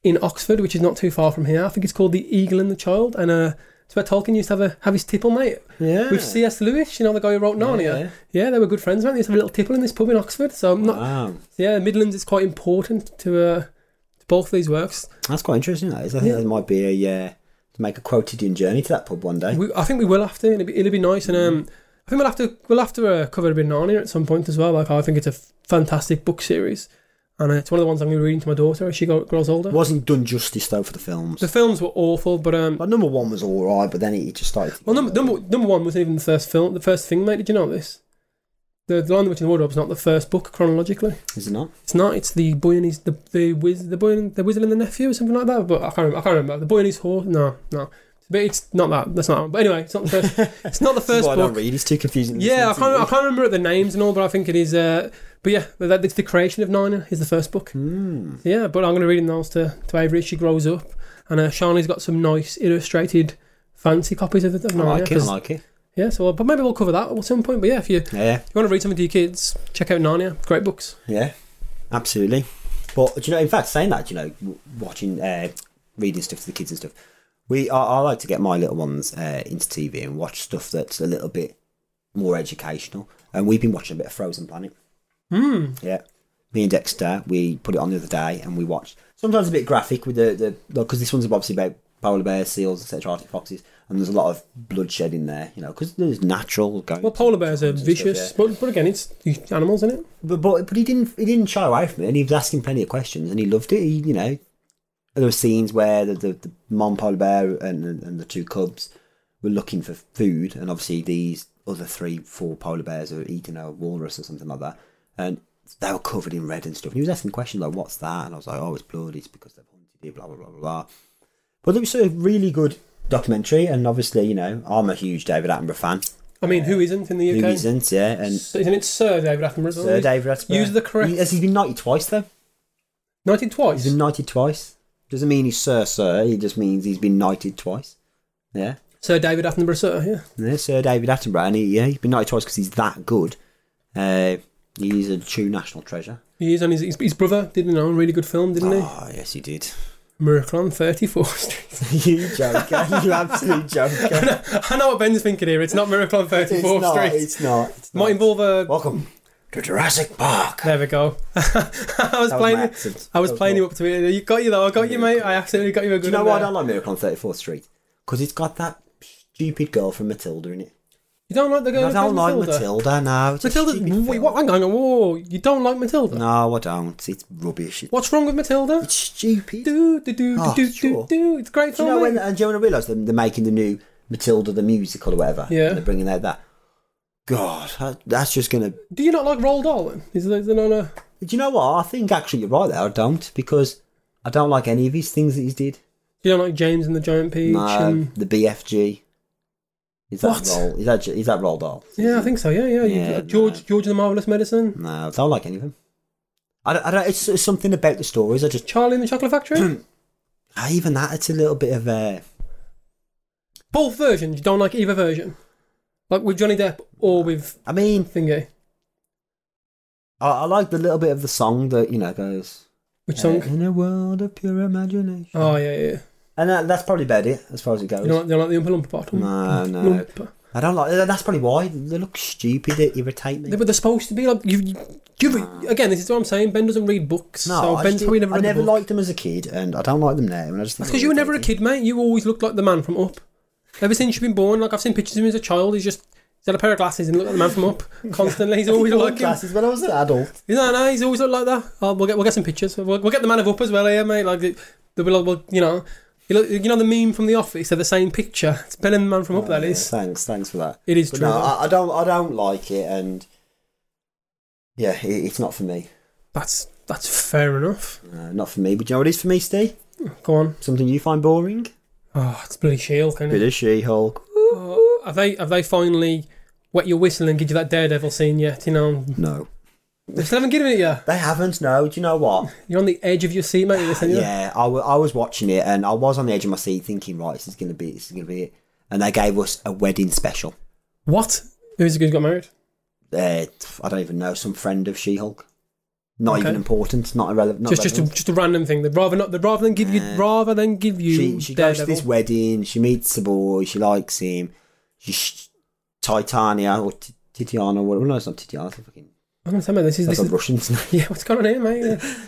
[SPEAKER 2] in Oxford, which is not too far from here. I think it's called the Eagle and the Child, and uh, it's where Tolkien used to have a have his tipple, mate,
[SPEAKER 1] Yeah.
[SPEAKER 2] with C.S. Lewis. You know the guy who wrote Narnia.
[SPEAKER 1] Ah. yeah.
[SPEAKER 2] Yeah, they were good friends, mate. They used to have a little tipple in this pub in Oxford. So I'm not
[SPEAKER 1] Wow,
[SPEAKER 2] yeah, Midlands is quite important to uh to both these works.
[SPEAKER 1] that's quite interesting. That is. I think
[SPEAKER 2] Yeah.
[SPEAKER 1] that might be a yeah to make a quotidian journey to that pub one day.
[SPEAKER 2] We, I think we will have to. and It'll be, it'll be nice, and
[SPEAKER 1] Mm-hmm.
[SPEAKER 2] um, I think we'll have to we'll have to uh, cover a bit of Narnia at some point as well. Like I think it's a f- fantastic book series, and uh, it's one of the ones I'm going to be reading to my daughter as she go- grows older.
[SPEAKER 1] Wasn't done justice though for the films.
[SPEAKER 2] The films were awful, but um,
[SPEAKER 1] Like number one was all right, but then it just started. To
[SPEAKER 2] well, number, number number one wasn't even the first film, the first thing, mate. Did you know this? The, the Lion, the Witch, and the Wardrobe's not the first book chronologically.
[SPEAKER 1] is it not?
[SPEAKER 2] It's not. It's the boy and his the the wiz the boy and the wizard and the nephew or something like that. But I can't remember. I can't remember the boy and his horse. No, no. But it's not that. That's not. that one. But anyway, it's not the first. it's not the
[SPEAKER 1] That's
[SPEAKER 2] first
[SPEAKER 1] why I
[SPEAKER 2] book.
[SPEAKER 1] don't read. It's too confusing.
[SPEAKER 2] Yeah, I
[SPEAKER 1] listening
[SPEAKER 2] can't,
[SPEAKER 1] to
[SPEAKER 2] I can't remember the names and all, but I think it is. Uh, but yeah, that, it's the creation of Narnia is the first book.
[SPEAKER 1] you.
[SPEAKER 2] Yeah, but I'm going to read in those to, to Avery as she grows up. And uh, Shani's got some nice illustrated fancy copies of, the- of
[SPEAKER 1] Hmm. I
[SPEAKER 2] Narnia.
[SPEAKER 1] like it. I
[SPEAKER 2] 'cause-
[SPEAKER 1] like it.
[SPEAKER 2] Yeah, so but maybe we'll cover that at some point. But yeah, if you, if
[SPEAKER 1] Yeah,
[SPEAKER 2] you want to read something to your kids, check out Narnia. Great books.
[SPEAKER 1] yeah, absolutely. But do you know? In fact, saying that, do you know, w- watching, uh, reading stuff to the kids and stuff. We, I, I like to get my little ones uh, into TV and watch stuff that's a little bit more educational. And we've been watching a bit of Frozen Planet. Mm. Yeah. Me and Dexter, we put it on the other day and we watched. Sometimes a bit graphic with the the because this one's obviously about polar bears, seals, etc., Arctic foxes, and there's a lot of bloodshed in there, you know, because there's natural going.
[SPEAKER 2] Well, polar bears are
[SPEAKER 1] and stuff,
[SPEAKER 2] vicious,
[SPEAKER 1] yeah.
[SPEAKER 2] but, but again, it's animals, isn't it?
[SPEAKER 1] But, but but he didn't he didn't shy away from it, and he was asking plenty of questions, and he loved it. He, you know, there were scenes where the the, the mom polar bear and and the two cubs were looking for food, and obviously these other three four polar bears are eating a walrus or something like that, and they were covered in red and stuff. And he was asking questions like, "What's that?" And I was like, "Oh, it's blood. It's because they've hunted you." Blah blah blah blah blah. But it was a really good documentary, and obviously, you know, I'm a huge David Attenborough fan.
[SPEAKER 2] I mean, who isn't in the UK?
[SPEAKER 1] Who isn't? Yeah, and
[SPEAKER 2] So Isn't it Sir David Attenborough?
[SPEAKER 1] Sir David Attenborough.
[SPEAKER 2] Use the correct.
[SPEAKER 1] Has he been knighted twice though?
[SPEAKER 2] 19 twice.
[SPEAKER 1] He's been knighted twice. Doesn't mean he's Sir Sir. He just means he's been knighted twice. Yeah,
[SPEAKER 2] Sir David Attenborough, sir, yeah.
[SPEAKER 1] yeah Sir David Attenborough, and he, yeah, he's been knighted twice because he's that good. Uh, he's a true national treasure.
[SPEAKER 2] He is, and his, his, his brother did, you know, a really good film, didn't
[SPEAKER 1] Oh, yes, he did.
[SPEAKER 2] he? Miracle on 34th Street.
[SPEAKER 1] you joker! you absolute joker!
[SPEAKER 2] I know what Ben's thinking here. It's not Miracle on 34th
[SPEAKER 1] It's not.
[SPEAKER 2] Street.
[SPEAKER 1] It's not. It's
[SPEAKER 2] Might
[SPEAKER 1] not.
[SPEAKER 2] involve a.
[SPEAKER 1] Welcome to Jurassic Park.
[SPEAKER 2] There we go. I was
[SPEAKER 1] That was my
[SPEAKER 2] playing.
[SPEAKER 1] accent.
[SPEAKER 2] I was
[SPEAKER 1] That was
[SPEAKER 2] playing
[SPEAKER 1] my-
[SPEAKER 2] you up to it. You got you though. I got you, mate. I accidentally got you a good.
[SPEAKER 1] Do you know
[SPEAKER 2] one
[SPEAKER 1] why I
[SPEAKER 2] there.
[SPEAKER 1] don't like Miracle on Thirty Fourth Street? Because it's got that stupid girl from Matilda in it.
[SPEAKER 2] You don't like the girl?
[SPEAKER 1] I
[SPEAKER 2] who
[SPEAKER 1] don't
[SPEAKER 2] plays
[SPEAKER 1] like
[SPEAKER 2] Matilda.
[SPEAKER 1] Matilda. No, it's a stupid
[SPEAKER 2] Matilda. Wait,
[SPEAKER 1] film.
[SPEAKER 2] what? Hang on, hang on. Whoa, you don't like Matilda?
[SPEAKER 1] No, I don't. It's rubbish. It's
[SPEAKER 2] What's wrong with Matilda?
[SPEAKER 1] stupid. Do
[SPEAKER 2] Do do do
[SPEAKER 1] Oh,
[SPEAKER 2] do do
[SPEAKER 1] sure.
[SPEAKER 2] do. do. It's a great
[SPEAKER 1] you
[SPEAKER 2] film.
[SPEAKER 1] know when?
[SPEAKER 2] mate.
[SPEAKER 1] And do you know when I realised them? They're making the new Matilda the musical or whatever.
[SPEAKER 2] Yeah.
[SPEAKER 1] And they're bringing out that. God, that- that's just gonna. Do
[SPEAKER 2] Do you not like Roald Dahl? Then is there, is there not a?
[SPEAKER 1] you know what? I think actually you're right there. I don't because I don't like any of his things that he's did.
[SPEAKER 2] You don't like James and the Giant Peach?
[SPEAKER 1] No,
[SPEAKER 2] And,
[SPEAKER 1] the BFG. Is that
[SPEAKER 2] What?
[SPEAKER 1] roll? Is that is that roll doll?
[SPEAKER 2] yeah, I think so. Yeah, yeah. You-
[SPEAKER 1] Yeah,
[SPEAKER 2] uh, George,
[SPEAKER 1] no.
[SPEAKER 2] George and the Marvelous Medicine,
[SPEAKER 1] No, I don't like any of them. I don't. I don't it's, it's something about the stories. I just
[SPEAKER 2] Charlie and the Chocolate Factory,
[SPEAKER 1] Ah, even that, it's a little bit of a.
[SPEAKER 2] both versions. You don't like either version, like with Johnny Depp or with
[SPEAKER 1] I mean,
[SPEAKER 2] Thingy.
[SPEAKER 1] I, I like the little bit of the song that you know goes.
[SPEAKER 2] Which
[SPEAKER 1] uh,
[SPEAKER 2] song?
[SPEAKER 1] in a world of pure imagination.
[SPEAKER 2] Oh yeah, yeah. yeah.
[SPEAKER 1] And that, that's probably about it as far as it goes.
[SPEAKER 2] You don't like, you don't like the Oompa Loompa part?
[SPEAKER 1] No, no.
[SPEAKER 2] Loompa.
[SPEAKER 1] I don't like. That's probably why they look stupid. They irritate me.
[SPEAKER 2] They- But they're supposed to be like you. you- you again, this is what I'm saying. Ben doesn't read books, so
[SPEAKER 1] I,
[SPEAKER 2] Ben's
[SPEAKER 1] just,
[SPEAKER 2] probably never.
[SPEAKER 1] I
[SPEAKER 2] read the
[SPEAKER 1] never
[SPEAKER 2] book.
[SPEAKER 1] liked them as a kid, and I don't like them now. And I just
[SPEAKER 2] That's because you were never a kid, mate. You always looked like the man from Up. Ever since you've been born, like I've seen pictures of him as a child, he's just he's had a pair of glasses and looked like the man from Up constantly. He's always like him.
[SPEAKER 1] when I was an adult.
[SPEAKER 2] You know, no, he's always looked like that. Oh, we'll get we'll get some pictures. We'll, we'll get the man of Up as well here, mate. Like the, the we'll, we'll, you know, you, look, you know the meme from The Office. They're the same picture. It's Ben and the man from Up. that is.
[SPEAKER 1] Thanks, thanks for that.
[SPEAKER 2] It is
[SPEAKER 1] But
[SPEAKER 2] true.
[SPEAKER 1] no,
[SPEAKER 2] though.
[SPEAKER 1] I, I don't. I don't like it, and yeah, it, it's not for me.
[SPEAKER 2] that's that's fair enough.
[SPEAKER 1] Uh, not for me. But you know what it is for me, Steve?
[SPEAKER 2] Go on.
[SPEAKER 1] Something you find boring?
[SPEAKER 2] Oh, it's bloody Shield, can
[SPEAKER 1] Bit
[SPEAKER 2] it?
[SPEAKER 1] of She-Hulk.
[SPEAKER 2] Oh, have they have they finally wet your whistle and give you that Daredevil scene yet? You know,
[SPEAKER 1] No,
[SPEAKER 2] they still haven't given it yet.
[SPEAKER 1] they haven't. No, do you know what?
[SPEAKER 2] You're on the edge of your seat, mate. with this, aren't you?
[SPEAKER 1] yeah, I, wa- I was watching it and I was on the edge of my seat, thinking, right, this is gonna be, this is gonna be it. And they gave us a wedding special.
[SPEAKER 2] What? Who's the good got married?
[SPEAKER 1] Uh, I don't even know some friend of She-Hulk. Not
[SPEAKER 2] Okay.
[SPEAKER 1] even important. Not irrelevant. Not
[SPEAKER 2] just just a,
[SPEAKER 1] relevant.
[SPEAKER 2] just a random thing. They'd rather not. They'd rather than give you.
[SPEAKER 1] Uh,
[SPEAKER 2] rather than give you.
[SPEAKER 1] she she goes to
[SPEAKER 2] Daredevil.
[SPEAKER 1] this wedding. She meets the boy. She likes him. She sh- Titania or T- Titiana. Well, no, it's not Titiana. It's fucking.
[SPEAKER 2] I'm not telling you, this is
[SPEAKER 1] That's a
[SPEAKER 2] this is.
[SPEAKER 1] Russian's name.
[SPEAKER 2] Yeah, what's going on here, mate?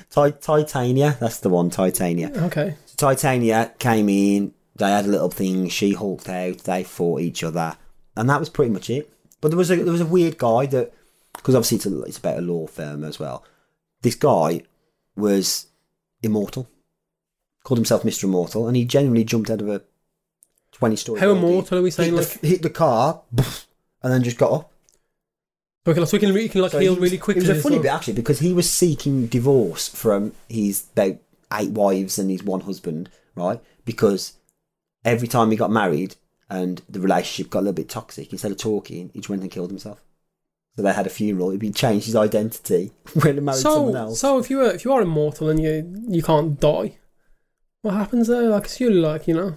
[SPEAKER 2] Yeah.
[SPEAKER 1] Ti- Titania. That's the one. Titania.
[SPEAKER 2] Okay.
[SPEAKER 1] Titania came in, they had a little thing, she hulked out, they fought each other, and that was pretty much it. But there was a there was a weird guy that because obviously it's, a, it's about a law firm as well. This guy was immortal, called himself Mister Immortal, and he genuinely jumped out of a twenty story.
[SPEAKER 2] How immortal are we
[SPEAKER 1] Hit
[SPEAKER 2] saying?
[SPEAKER 1] the,
[SPEAKER 2] Like,
[SPEAKER 1] hit the car, and then just got up.
[SPEAKER 2] so we can, so we can, we can like
[SPEAKER 1] So
[SPEAKER 2] heal
[SPEAKER 1] he was-
[SPEAKER 2] really quickly.
[SPEAKER 1] It was a
[SPEAKER 2] as
[SPEAKER 1] funny
[SPEAKER 2] well.
[SPEAKER 1] bit actually because he was seeking divorce from his about eight wives and his one husband, right? Because every time he got married and the relationship got a little bit toxic, instead of talking, he just went and killed himself. So they had a funeral. He changed his identity, went and married someone
[SPEAKER 2] So,
[SPEAKER 1] else.
[SPEAKER 2] so if you are if you are immortal and you you can't die, what happens there? Like, it's you like you know,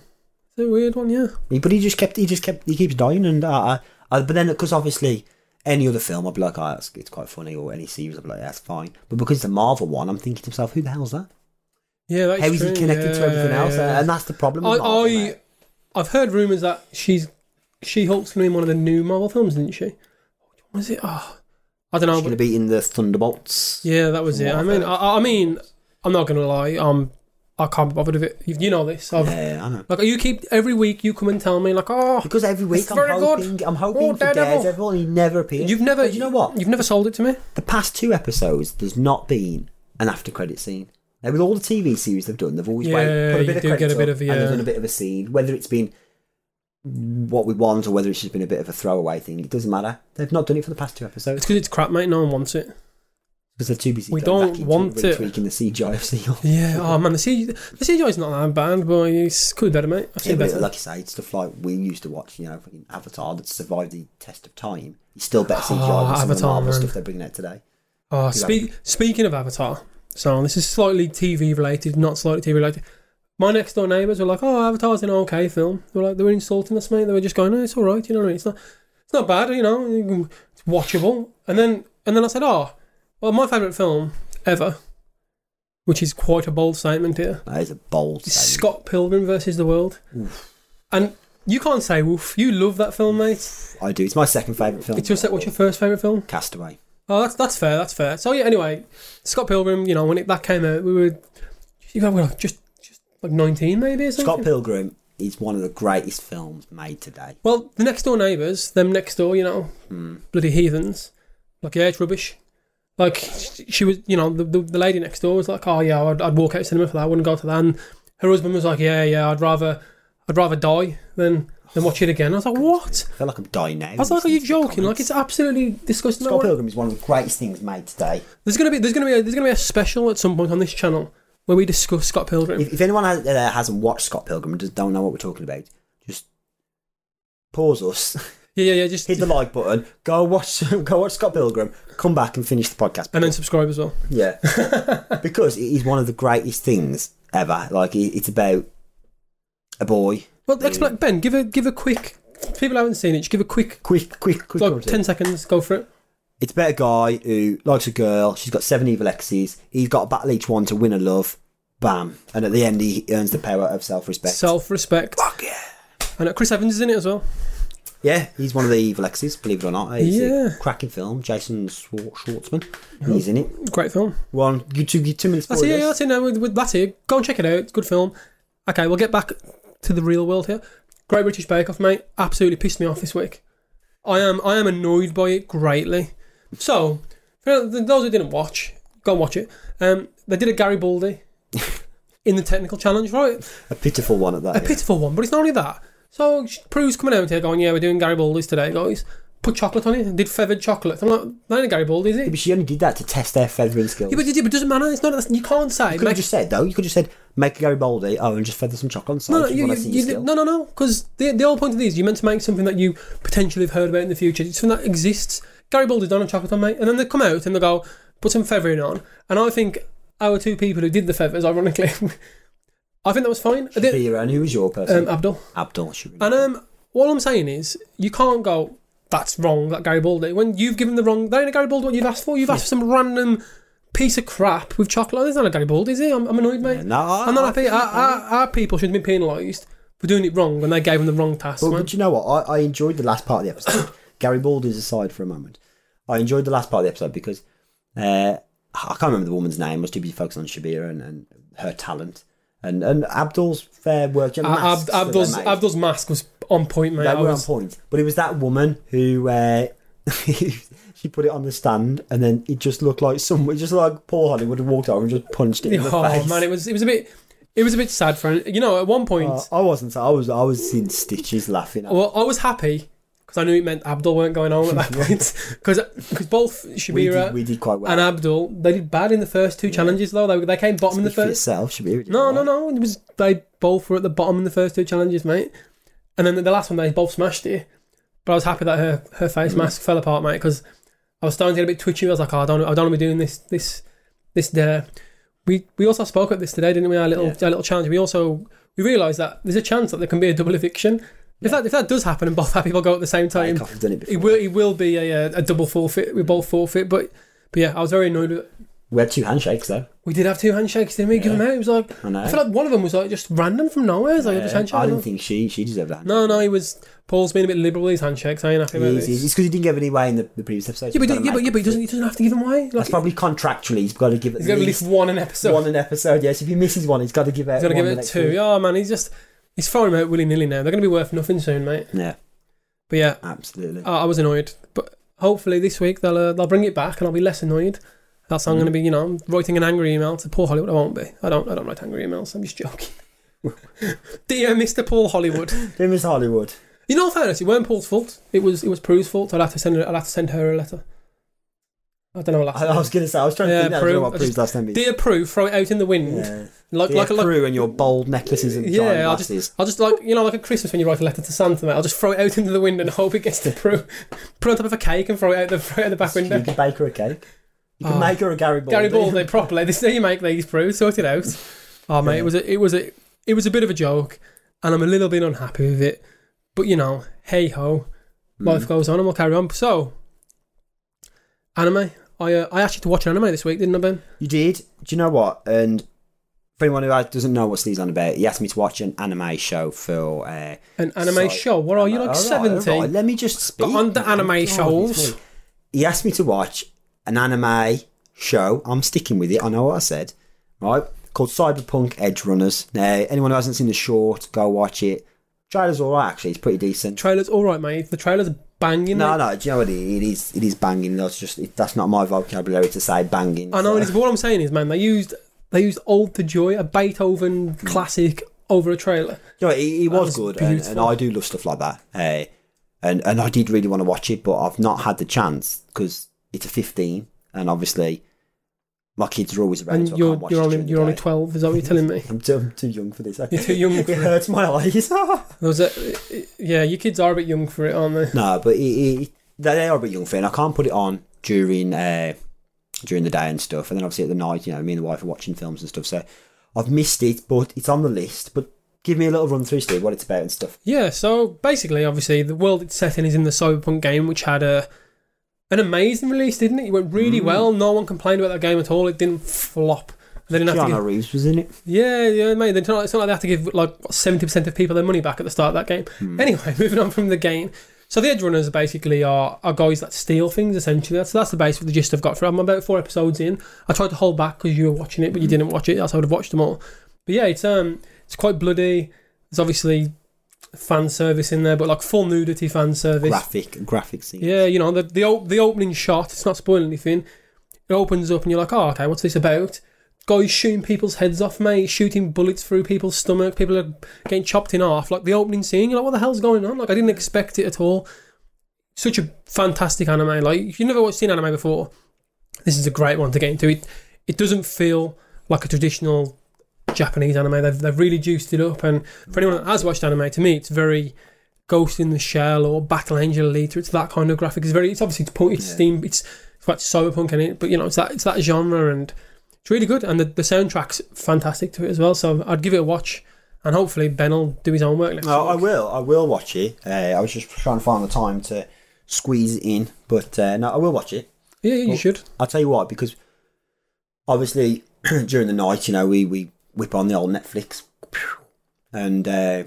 [SPEAKER 2] it's a weird one, yeah.
[SPEAKER 1] He- But he just kept, he just kept, he keeps dying, and uh, uh, but then because obviously any other film, I'd be like, oh, it's, it's quite funny, or any series, I'd be like, that's fine. But because it's a Marvel one, I'm thinking to myself, who the hell's that?
[SPEAKER 2] Yeah, that's
[SPEAKER 1] How is he
[SPEAKER 2] true,
[SPEAKER 1] connected to
[SPEAKER 2] yeah,
[SPEAKER 1] everything else?
[SPEAKER 2] yeah.
[SPEAKER 1] And that's the problem. With
[SPEAKER 2] I,
[SPEAKER 1] Marvel,
[SPEAKER 2] I
[SPEAKER 1] mate.
[SPEAKER 2] I've heard rumours that she's she Hulk's gonna be in one of the new Marvel films, didn't she? What is it? Oh, I don't know.
[SPEAKER 1] She's going to
[SPEAKER 2] But
[SPEAKER 1] be in the Thunderbolts.
[SPEAKER 2] yeah, that was
[SPEAKER 1] from
[SPEAKER 2] it.
[SPEAKER 1] what
[SPEAKER 2] I
[SPEAKER 1] I've
[SPEAKER 2] mean,
[SPEAKER 1] heard.
[SPEAKER 2] I, I mean, I'm not gonna lie. Um, I can't be bothered with it. You, you know this. I've,
[SPEAKER 1] Yeah, I know.
[SPEAKER 2] Like you keep every week you come and tell me like, oh,
[SPEAKER 1] Because every week
[SPEAKER 2] It's
[SPEAKER 1] I'm
[SPEAKER 2] very good.
[SPEAKER 1] hoping, I'm hoping
[SPEAKER 2] Oh,
[SPEAKER 1] for
[SPEAKER 2] Daredevil.
[SPEAKER 1] Daredevil. and he never appears.
[SPEAKER 2] you've never.
[SPEAKER 1] But you know what?
[SPEAKER 2] You've never sold it to me.
[SPEAKER 1] The past two episodes, there's not been an after credit scene. Now, with all the TV series they've done, they've always
[SPEAKER 2] Yeah,
[SPEAKER 1] waited, put a
[SPEAKER 2] you
[SPEAKER 1] bit of
[SPEAKER 2] do
[SPEAKER 1] credit
[SPEAKER 2] get a bit
[SPEAKER 1] up,
[SPEAKER 2] of-
[SPEAKER 1] and
[SPEAKER 2] yeah.
[SPEAKER 1] they've done a bit of a scene. Whether it's been what we want or whether it's just been a bit of a throwaway thing, it doesn't matter. They've not done it for the past two
[SPEAKER 2] It's
[SPEAKER 1] episodes
[SPEAKER 2] because it's crap, mate. No one wants it.
[SPEAKER 1] because they're too busy.
[SPEAKER 2] We
[SPEAKER 1] going
[SPEAKER 2] don't
[SPEAKER 1] back into
[SPEAKER 2] want
[SPEAKER 1] really
[SPEAKER 2] it.
[SPEAKER 1] Tweaking the CGI of Seal.
[SPEAKER 2] Yeah. Oh man, the CG, the CGI is not that bad, but it's could be better, mate. I've
[SPEAKER 1] Yeah,
[SPEAKER 2] seen
[SPEAKER 1] but
[SPEAKER 2] better.
[SPEAKER 1] like you say, it's stuff like we used to watch, you know, fucking Avatar that survived the test of time. It's still better CGI than some of the
[SPEAKER 2] Ah, Avatar,
[SPEAKER 1] Marvel
[SPEAKER 2] man.
[SPEAKER 1] stuff they're bringing out today.
[SPEAKER 2] Oh,
[SPEAKER 1] Who
[SPEAKER 2] speak, speaking of Avatar, so this is slightly TV related, not slightly TV related. My next door neighbours were like, "Oh, Avatar's an okay film." They were like, they were insulting us, mate. They were just going, "No, it's all right. You know what I mean? It's not, it's not bad. You know, you can- it's watchable." And then, and then I said, "Oh, well, my favourite film ever." Which is quite a bold statement here.
[SPEAKER 1] That is a bold
[SPEAKER 2] Is
[SPEAKER 1] statement.
[SPEAKER 2] Scott Pilgrim versus the World, and you can't say woof. You love that film, mate.
[SPEAKER 1] I do. It's my second favourite film.
[SPEAKER 2] It's your set. What's your first favourite film?
[SPEAKER 1] Castaway.
[SPEAKER 2] Oh, that's that's fair. That's fair. So yeah. Anyway, Scott Pilgrim. You know, when it that came out, we were you know, we were just just like nineteen maybe or something.
[SPEAKER 1] Scott Pilgrim is one of the greatest films made today.
[SPEAKER 2] Well, the next door neighbours, them next door, you know,
[SPEAKER 1] Hmm.
[SPEAKER 2] bloody heathens. Like, yeah, it's rubbish. Like, she she was, you know, the, the, the lady next door was like, oh, yeah, I'd, I'd walk out of cinema for that. I wouldn't go to that. And her husband was like, yeah, yeah, I'd rather I'd rather die than, than watch it again. I was like, what?
[SPEAKER 1] I feel like I'm dying now.
[SPEAKER 2] I was like, are you joking? Like, it's absolutely disgusting.
[SPEAKER 1] Scott Pilgrim is one of the greatest things made today.
[SPEAKER 2] There's gonna be there's gonna be a, there's gonna be a special at some point on this channel where we discuss Scott Pilgrim.
[SPEAKER 1] If, if anyone has, uh, hasn't watched Scott Pilgrim and just don't know what we're talking about, just pause us,
[SPEAKER 2] Yeah, yeah, yeah. Just
[SPEAKER 1] hit the like button, go watch, go watch Scott Pilgrim, come back and finish the podcast.
[SPEAKER 2] and then subscribe as well.
[SPEAKER 1] Yeah, because it is one of the greatest things ever. Like it, it's about a boy.
[SPEAKER 2] Well, expla Ben. Give a give a quick. People haven't seen it. Just give a quick
[SPEAKER 1] Quick, quick, quick.
[SPEAKER 2] like
[SPEAKER 1] commentary.
[SPEAKER 2] ten seconds. Go for it.
[SPEAKER 1] It's about a guy who likes a girl. She's got seven evil exes. He's got to battle each one to win her love. Bam! And at the end, he earns the power of self-respect.
[SPEAKER 2] Self respect.
[SPEAKER 1] Fuck yeah!
[SPEAKER 2] And uh, Chris Evans is in it as well.
[SPEAKER 1] Yeah, he's one of the evil exes. Believe it or not, he's
[SPEAKER 2] Yeah.
[SPEAKER 1] a cracking film. Jason Swar- Schwartzman, he's in it.
[SPEAKER 2] Great film.
[SPEAKER 1] One, you two, you two minutes.
[SPEAKER 2] That's it. Yeah, that's it. Now with, with that's it. Go and check it out. It's a good film. Okay, we'll get back to the real world here. Great British Bake Off, mate. Absolutely pissed me off this week. I am I am annoyed by it greatly. So, for those who didn't watch, go and watch it. Um, they did a Gary Baldy in the technical challenge, right?
[SPEAKER 1] A pitiful one at that.
[SPEAKER 2] A
[SPEAKER 1] yeah.
[SPEAKER 2] pitiful one, but it's not only that. So sh- Prue's coming out here going, yeah, we're doing Garibaldi's today, guys. Put chocolate on it. and Did feathered chocolate. I'm like, that ain't a Garibaldi, is it?
[SPEAKER 1] but she only did that to test their feathering skills.
[SPEAKER 2] Yeah, but, yeah, but it doesn't matter. It's not. that's- You can't say.
[SPEAKER 1] could have
[SPEAKER 2] make-
[SPEAKER 1] just said though. You could have just said make a Gary Baldy. Oh, and just feather some chocolate on the side.
[SPEAKER 2] no, no,
[SPEAKER 1] if you
[SPEAKER 2] you,
[SPEAKER 1] want to
[SPEAKER 2] you,
[SPEAKER 1] see
[SPEAKER 2] you
[SPEAKER 1] your
[SPEAKER 2] did-
[SPEAKER 1] skill.
[SPEAKER 2] no, no, no. Because the, the whole point of these, you're meant to make something that you potentially have heard about in the future. It's something that exists. Garibaldi's done a chocolate on, mate. And then they come out and they go, put some feathering on. And I think our two people who did the feathers, ironically, I think that was fine. I did-
[SPEAKER 1] Vera, and who was your person?
[SPEAKER 2] um, Abdul.
[SPEAKER 1] Abdul. Should we-
[SPEAKER 2] And um, all I'm saying is, you can't go. That's wrong. That Gary Baldy. When you've given the wrong, that ain't a Gary Baldy. What you've asked for? You've asked for some random piece of crap with chocolate. That's not a Gary Baldy, is it? I'm, I'm annoyed, mate.
[SPEAKER 1] no, I-
[SPEAKER 2] I'm not
[SPEAKER 1] I
[SPEAKER 2] happy. Our, our, our people should have been penalised for doing it wrong when they gave them the wrong task.
[SPEAKER 1] But,
[SPEAKER 2] man.
[SPEAKER 1] but you know what? I, I enjoyed the last part of the episode. Gary Baldy's aside for a moment. I enjoyed the last part of the episode because uh, I can't remember the woman's name. I was too busy focusing on Shabira and, and her talent. And and Abdul's fair work. you know, the
[SPEAKER 2] Uh, Ab-
[SPEAKER 1] masks that they
[SPEAKER 2] Abdul's,
[SPEAKER 1] made,
[SPEAKER 2] Abdul's mask was on point, mate.
[SPEAKER 1] they
[SPEAKER 2] I
[SPEAKER 1] were on
[SPEAKER 2] was,
[SPEAKER 1] point. But it was that woman who. Uh, she put it on the stand, and then it just looked like someone, just like Paul Holly would have walked over and just punched it in the
[SPEAKER 2] oh
[SPEAKER 1] face. Oh.
[SPEAKER 2] man, it was it was a bit it was a bit sad for him. You know, at one point,
[SPEAKER 1] Uh, I wasn't. I was. I was in stitches laughing. At
[SPEAKER 2] well, I was happy because I knew it meant Abdul weren't going home at that point because both Shabira
[SPEAKER 1] we, did, we did quite well.
[SPEAKER 2] and Abdul, they did bad in the first two challenges though. They, they came bottom in the
[SPEAKER 1] Speak for
[SPEAKER 2] first.
[SPEAKER 1] yourself, Shabira.
[SPEAKER 2] No, no, no. It was they both were at the bottom in the first two challenges, mate. And then the last one, they both smashed it. But I was happy that her, her face mask fell apart, mate, because I was starting to get a bit twitchy. I was like, oh, I don't, I don't want to be doing this, this, this dare. We we also spoke at this today, didn't we? Our little
[SPEAKER 1] Yeah.
[SPEAKER 2] our little challenge. We also we realised that there's a chance that there can be a double eviction. If that if that does happen and both our people go at the same time,
[SPEAKER 1] I've done it before.
[SPEAKER 2] it will it will be a, uh, a double forfeit. We both forfeit, but but yeah, I was very annoyed. With,
[SPEAKER 1] We had two handshakes though.
[SPEAKER 2] we did have two handshakes, didn't we? Give them out. It was like
[SPEAKER 1] I know.
[SPEAKER 2] I feel like one of them was like just random from nowhere. It's like
[SPEAKER 1] Uh,
[SPEAKER 2] just handshake.
[SPEAKER 1] I didn't think she she deserved that.
[SPEAKER 2] no, no, he was. Paul's been a bit liberal with his handshakes. I ain't happy about
[SPEAKER 1] He's-
[SPEAKER 2] this.
[SPEAKER 1] he's- it's because he didn't give any away in the, the previous episode.
[SPEAKER 2] yeah, but,
[SPEAKER 1] He's gotta
[SPEAKER 2] he- yeah, but,
[SPEAKER 1] make
[SPEAKER 2] yeah,
[SPEAKER 1] it
[SPEAKER 2] but he doesn't.
[SPEAKER 1] fit.
[SPEAKER 2] He doesn't have to give them away. Like,
[SPEAKER 1] That's probably contractually. He's got to give at
[SPEAKER 2] he's got at least
[SPEAKER 1] least
[SPEAKER 2] one an episode.
[SPEAKER 1] one an episode. Yes, if he misses one, he's got to give out.
[SPEAKER 2] he's gonna give
[SPEAKER 1] one the
[SPEAKER 2] it
[SPEAKER 1] next
[SPEAKER 2] two.
[SPEAKER 1] week.
[SPEAKER 2] Oh man, he's just he's throwing them out willy nilly now. They're gonna be worth nothing soon, mate.
[SPEAKER 1] Yeah,
[SPEAKER 2] But yeah,
[SPEAKER 1] absolutely.
[SPEAKER 2] I I was annoyed, but hopefully this week they'll uh, they'll bring it back and I'll be less annoyed. That's
[SPEAKER 1] Mm.
[SPEAKER 2] how I'm going to be, you know, writing an angry email to Paul Hollywood. I won't be. I don't. I don't write angry emails. I'm just joking. Dear Mr. Paul Hollywood,
[SPEAKER 1] Dear Miss Hollywood,
[SPEAKER 2] you know, in fairness, it weren't Paul's fault. It was it was Prue's fault. I'd have to send her, I'd have to send her a letter. I don't know. What
[SPEAKER 1] I,
[SPEAKER 2] last
[SPEAKER 1] I
[SPEAKER 2] name.
[SPEAKER 1] was going to say I was trying to
[SPEAKER 2] Yeah,
[SPEAKER 1] think. I don't know
[SPEAKER 2] Prue.
[SPEAKER 1] what Prue's last name is.
[SPEAKER 2] Dear Prue, throw it out in the wind.
[SPEAKER 1] Yeah.
[SPEAKER 2] Like
[SPEAKER 1] Dear
[SPEAKER 2] like a like.
[SPEAKER 1] Prue and your bold necklaces and giant
[SPEAKER 2] Yeah, I'll just,
[SPEAKER 1] glasses.
[SPEAKER 2] I'll just like you know, like at Christmas when you write a letter to Santa, mate. I'll just throw it out into the wind and hope it gets to Prue. Put it on top of a cake and throw it out the throw it out the back window.
[SPEAKER 1] You can bake her a cake. You can
[SPEAKER 2] Ah.
[SPEAKER 1] make her a Gary Baldy.
[SPEAKER 2] Gary Baldy properly. This is how you make these pros. Sort it out. Oh mate, it was a, it was a, it was a bit of a joke, and I'm a little bit unhappy with it. But you know, hey ho,
[SPEAKER 1] Hmm.
[SPEAKER 2] life goes on, and we'll carry on. So, anime. I uh, I asked you to watch an anime this week, didn't I, Ben?
[SPEAKER 1] You did. Do you know what? And for anyone who doesn't know what Steve's on about, he asked me to watch an anime show for. Uh,
[SPEAKER 2] An anime
[SPEAKER 1] So-
[SPEAKER 2] show. What are you like
[SPEAKER 1] All right, all
[SPEAKER 2] seventy?
[SPEAKER 1] right, let me just speak.
[SPEAKER 2] Got on the
[SPEAKER 1] man.
[SPEAKER 2] anime
[SPEAKER 1] God,
[SPEAKER 2] shows.
[SPEAKER 1] it's me. He asked me to watch an anime show. I'm sticking with it. I know what I said. Right? Called Cyberpunk Edge Runners. Now, anyone who hasn't seen the short, go watch it. Trailer's alright, actually. It's pretty decent.
[SPEAKER 2] Trailer's all right, mate. The trailer's banging.
[SPEAKER 1] No,
[SPEAKER 2] mate.
[SPEAKER 1] no, do you know what it it is? It is banging. That's just it, that's not my vocabulary to say banging.
[SPEAKER 2] I know.
[SPEAKER 1] so-
[SPEAKER 2] It is, but what I'm saying is, man, they used they used "Old to Joy," a Beethoven
[SPEAKER 1] Hmm.
[SPEAKER 2] classic, over a trailer.
[SPEAKER 1] You know, it, it
[SPEAKER 2] That
[SPEAKER 1] was,
[SPEAKER 2] was
[SPEAKER 1] good, and, and
[SPEAKER 2] beautiful.
[SPEAKER 1] I do love stuff like that. eh, and and I did really want to watch it, but I've not had the chance because it's a 15, and obviously my kids are always around,
[SPEAKER 2] And
[SPEAKER 1] so I
[SPEAKER 2] you're
[SPEAKER 1] can't watch
[SPEAKER 2] you're
[SPEAKER 1] it
[SPEAKER 2] only
[SPEAKER 1] during the
[SPEAKER 2] you're only
[SPEAKER 1] day.
[SPEAKER 2] 12. Is that what you're telling me?
[SPEAKER 1] I'm too, I'm too young for this. eh?
[SPEAKER 2] You're too young for
[SPEAKER 1] it hurts my eyes. no,
[SPEAKER 2] There was a, yeah, your kids are a bit young for it, aren't they?
[SPEAKER 1] but it, it, they they are a bit young for it. and I can't put it on during uh, during the day and stuff, and then obviously at the night, you know, me and the wife are watching films and stuff. So I've missed it, but it's on the list. But give me a little run through, Steve, what it's about and stuff.
[SPEAKER 2] Yeah. So basically, obviously, the world it's set in is in the Cyberpunk game, which had a an amazing release, didn't it? It went really well. No one complained about that game at all. It didn't flop. They didn't have to
[SPEAKER 1] Keanu
[SPEAKER 2] give,
[SPEAKER 1] Reeves was in it.
[SPEAKER 2] yeah, yeah, mate. It's not, it's not like they have to give like seventy percent of people their money back at the start of that game. Anyway, moving on from the game. So the edge runners basically are, are guys that steal things essentially. That's that's the basic the gist I've got for. it. I'm about four episodes in. I tried to hold back because you were watching it, but you didn't watch it. Else I would have watched them all. But yeah, it's um it's quite bloody. There's obviously fan service in there, but like full nudity fan service.
[SPEAKER 1] Graphic, graphic scene.
[SPEAKER 2] Yeah, you know the the, op- the opening shot. It's not spoiling anything. It opens up and you're like, oh, okay, what's this about? Guys shooting people's heads off, mate. Shooting bullets through people's stomach. People are getting chopped in half. Like the opening scene, you're like, what the hell's going on? Like I didn't expect it at all. Such a fantastic anime. Like if you've never watched seen anime before, this is a great one to get into. It it doesn't feel like a traditional Japanese anime. They've they've really juiced it up. And for anyone that has watched anime, to me, it's very Ghost in the Shell or Battle Angel Alita. It's that kind of graphic. It's very. It's obviously it's point. It's
[SPEAKER 1] Yeah.
[SPEAKER 2] steam. It's it's quite cyberpunk in it, but you know it's that it's that genre and it's really good. And the, the soundtrack's fantastic to it as well. So I'd give it a watch, and hopefully Ben will do his own work next.
[SPEAKER 1] No, I
[SPEAKER 2] week.
[SPEAKER 1] will. I will watch it. Uh, I was just trying to find the time to squeeze it in, but uh, no, I will watch it.
[SPEAKER 2] yeah, you should.
[SPEAKER 1] I'll tell you what, because obviously during the night, you know, we, we whip on the old Netflix, and uh,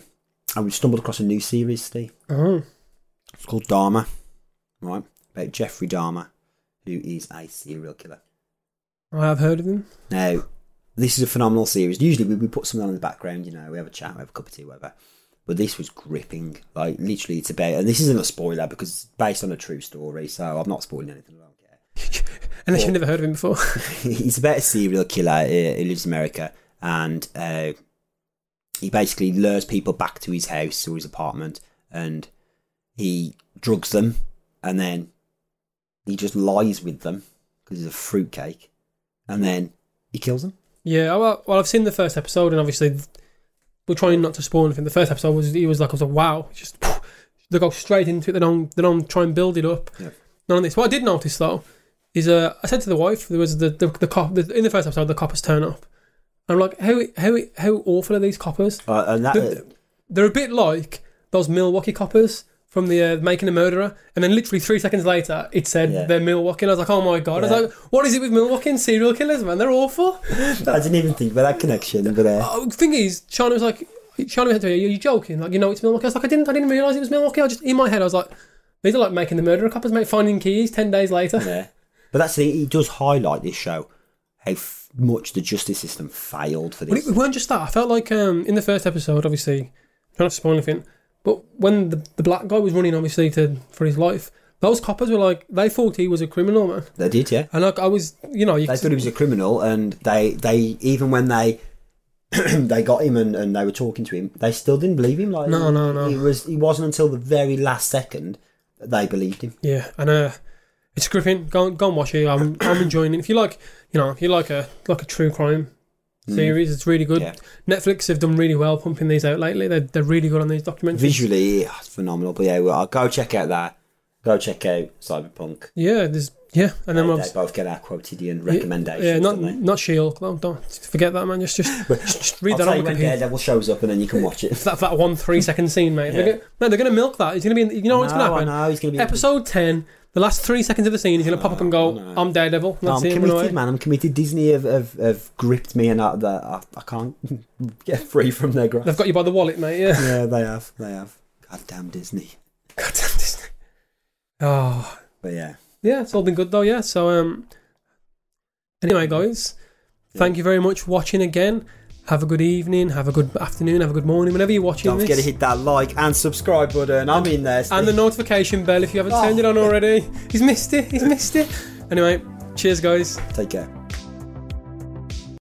[SPEAKER 1] and we stumbled across a new series, Steve.
[SPEAKER 2] Oh,
[SPEAKER 1] It's called Dharma, right? About Jeffrey Dharma, who is a serial killer.
[SPEAKER 2] I have heard of him.
[SPEAKER 1] Now, this is a phenomenal series. Usually, we, we put something on in the background, you know, we have a chat, we have a cup of tea, whatever. But this was gripping. Like, literally, it's about, and this isn't a spoiler because it's based on a true story, so I'm not spoiling anything. I don't care.
[SPEAKER 2] Unless
[SPEAKER 1] Well-
[SPEAKER 2] you've never heard of him before.
[SPEAKER 1] He's about a serial killer uh, who lives in America, and uh, he basically lures people back to his house or his apartment, and he drugs them, and then he just lies with them because he's a fruitcake, and then he kills them.
[SPEAKER 2] Yeah, well, well, I've seen the first episode, and obviously we're trying not to spoil anything. The first episode was he was like, I was like, wow, it's just they go straight into it. They don't they don't try and build it up.
[SPEAKER 1] Yeah.
[SPEAKER 2] None of this. What I did notice though is, uh, I said to the wife, there was the the, the cop the, in the first episode, the coppers turn up. I'm like, how how how awful are these coppers?
[SPEAKER 1] Uh, and that,
[SPEAKER 2] The- They're a bit like those Milwaukee coppers from the uh, Making a Murderer, and then literally three seconds later, it said
[SPEAKER 1] Yeah.
[SPEAKER 2] they're Milwaukee. And I was like, oh my god! I
[SPEAKER 1] Yeah.
[SPEAKER 2] was like, what is it with Milwaukee and serial killers, man? They're awful.
[SPEAKER 1] I didn't even think about that connection, but uh,
[SPEAKER 2] Oh, the thing is, China was like, China had to me, are you joking? Like, you know, it's Milwaukee. I was like, I didn't, I didn't realize it was Milwaukee. I just in my head, I was like, these are like making the murderer coppers, mate, finding keys ten days later.
[SPEAKER 1] yeah. But that's the, it does highlight this show how f- much the justice system failed for
[SPEAKER 2] But it,
[SPEAKER 1] this.
[SPEAKER 2] it weren't just that. I felt like um, in the first episode, obviously, trying not to spoil anything, but when the, the black guy was running, obviously, to for his life, those coppers were like, they thought he was a criminal, man.
[SPEAKER 1] They did, yeah.
[SPEAKER 2] And like, I was, you know, you
[SPEAKER 1] They thought he was a criminal, and they they even when they they got him and, and they were talking to him, they still didn't believe him. Like
[SPEAKER 2] No, no, no.
[SPEAKER 1] It was it wasn't until the very last second that they believed him.
[SPEAKER 2] Yeah, and uh, it's gripping. Go and- go and watch it. I'm I'm enjoying it. If you like, you know, if you like a like a true crime series, it's really good.
[SPEAKER 1] Mm. Yeah.
[SPEAKER 2] Netflix have done really well pumping these out lately. They're they're really good on these documentaries.
[SPEAKER 1] Visually, yeah, it's phenomenal. But yeah, well, I'll go check out that. Go check out Cyberpunk.
[SPEAKER 2] Yeah, there's yeah, and then
[SPEAKER 1] They,
[SPEAKER 2] we'll
[SPEAKER 1] they both get our quotidian recommendations.
[SPEAKER 2] yeah, not
[SPEAKER 1] don't they?
[SPEAKER 2] not She-Hulk. Don't, don't forget that man. Just just, just, just read
[SPEAKER 1] I'll
[SPEAKER 2] that
[SPEAKER 1] tell you
[SPEAKER 2] on
[SPEAKER 1] when
[SPEAKER 2] Wikipedia.
[SPEAKER 1] Daredevil shows up, and then you can watch it.
[SPEAKER 2] That, that one three second scene, mate. They're
[SPEAKER 1] Yeah.
[SPEAKER 2] gonna, no, they're gonna milk that. It's gonna be. In, you know what's gonna
[SPEAKER 1] No, I
[SPEAKER 2] happen?
[SPEAKER 1] know, he's gonna be-
[SPEAKER 2] Episode ten, the last three seconds of the scene, he's gonna pop up and go, "I'm Daredevil."
[SPEAKER 1] No,
[SPEAKER 2] That's
[SPEAKER 1] I'm
[SPEAKER 2] it. eh? run away.
[SPEAKER 1] committed, man. I'm committed. Disney have, have, have gripped me, and I, that I, I can't get free from their grasp.
[SPEAKER 2] They've got you by the wallet, mate. Yeah.
[SPEAKER 1] yeah, they have. They have. Goddamn Disney.
[SPEAKER 2] God damn Disney. Oh,
[SPEAKER 1] But yeah,
[SPEAKER 2] yeah, it's all been good though, yeah. So, um, anyway, guys, thank you very much for watching again. Have a good evening. Have a good afternoon. Have a good morning. Whenever you're watching
[SPEAKER 1] Don't
[SPEAKER 2] this,
[SPEAKER 1] forget to hit that like and subscribe button. I'm in there.
[SPEAKER 2] and
[SPEAKER 1] Steve.
[SPEAKER 2] the notification bell if you haven't
[SPEAKER 1] Oh.
[SPEAKER 2] turned it on already. He's missed it. He's missed it. Anyway, cheers, guys.
[SPEAKER 1] Take care.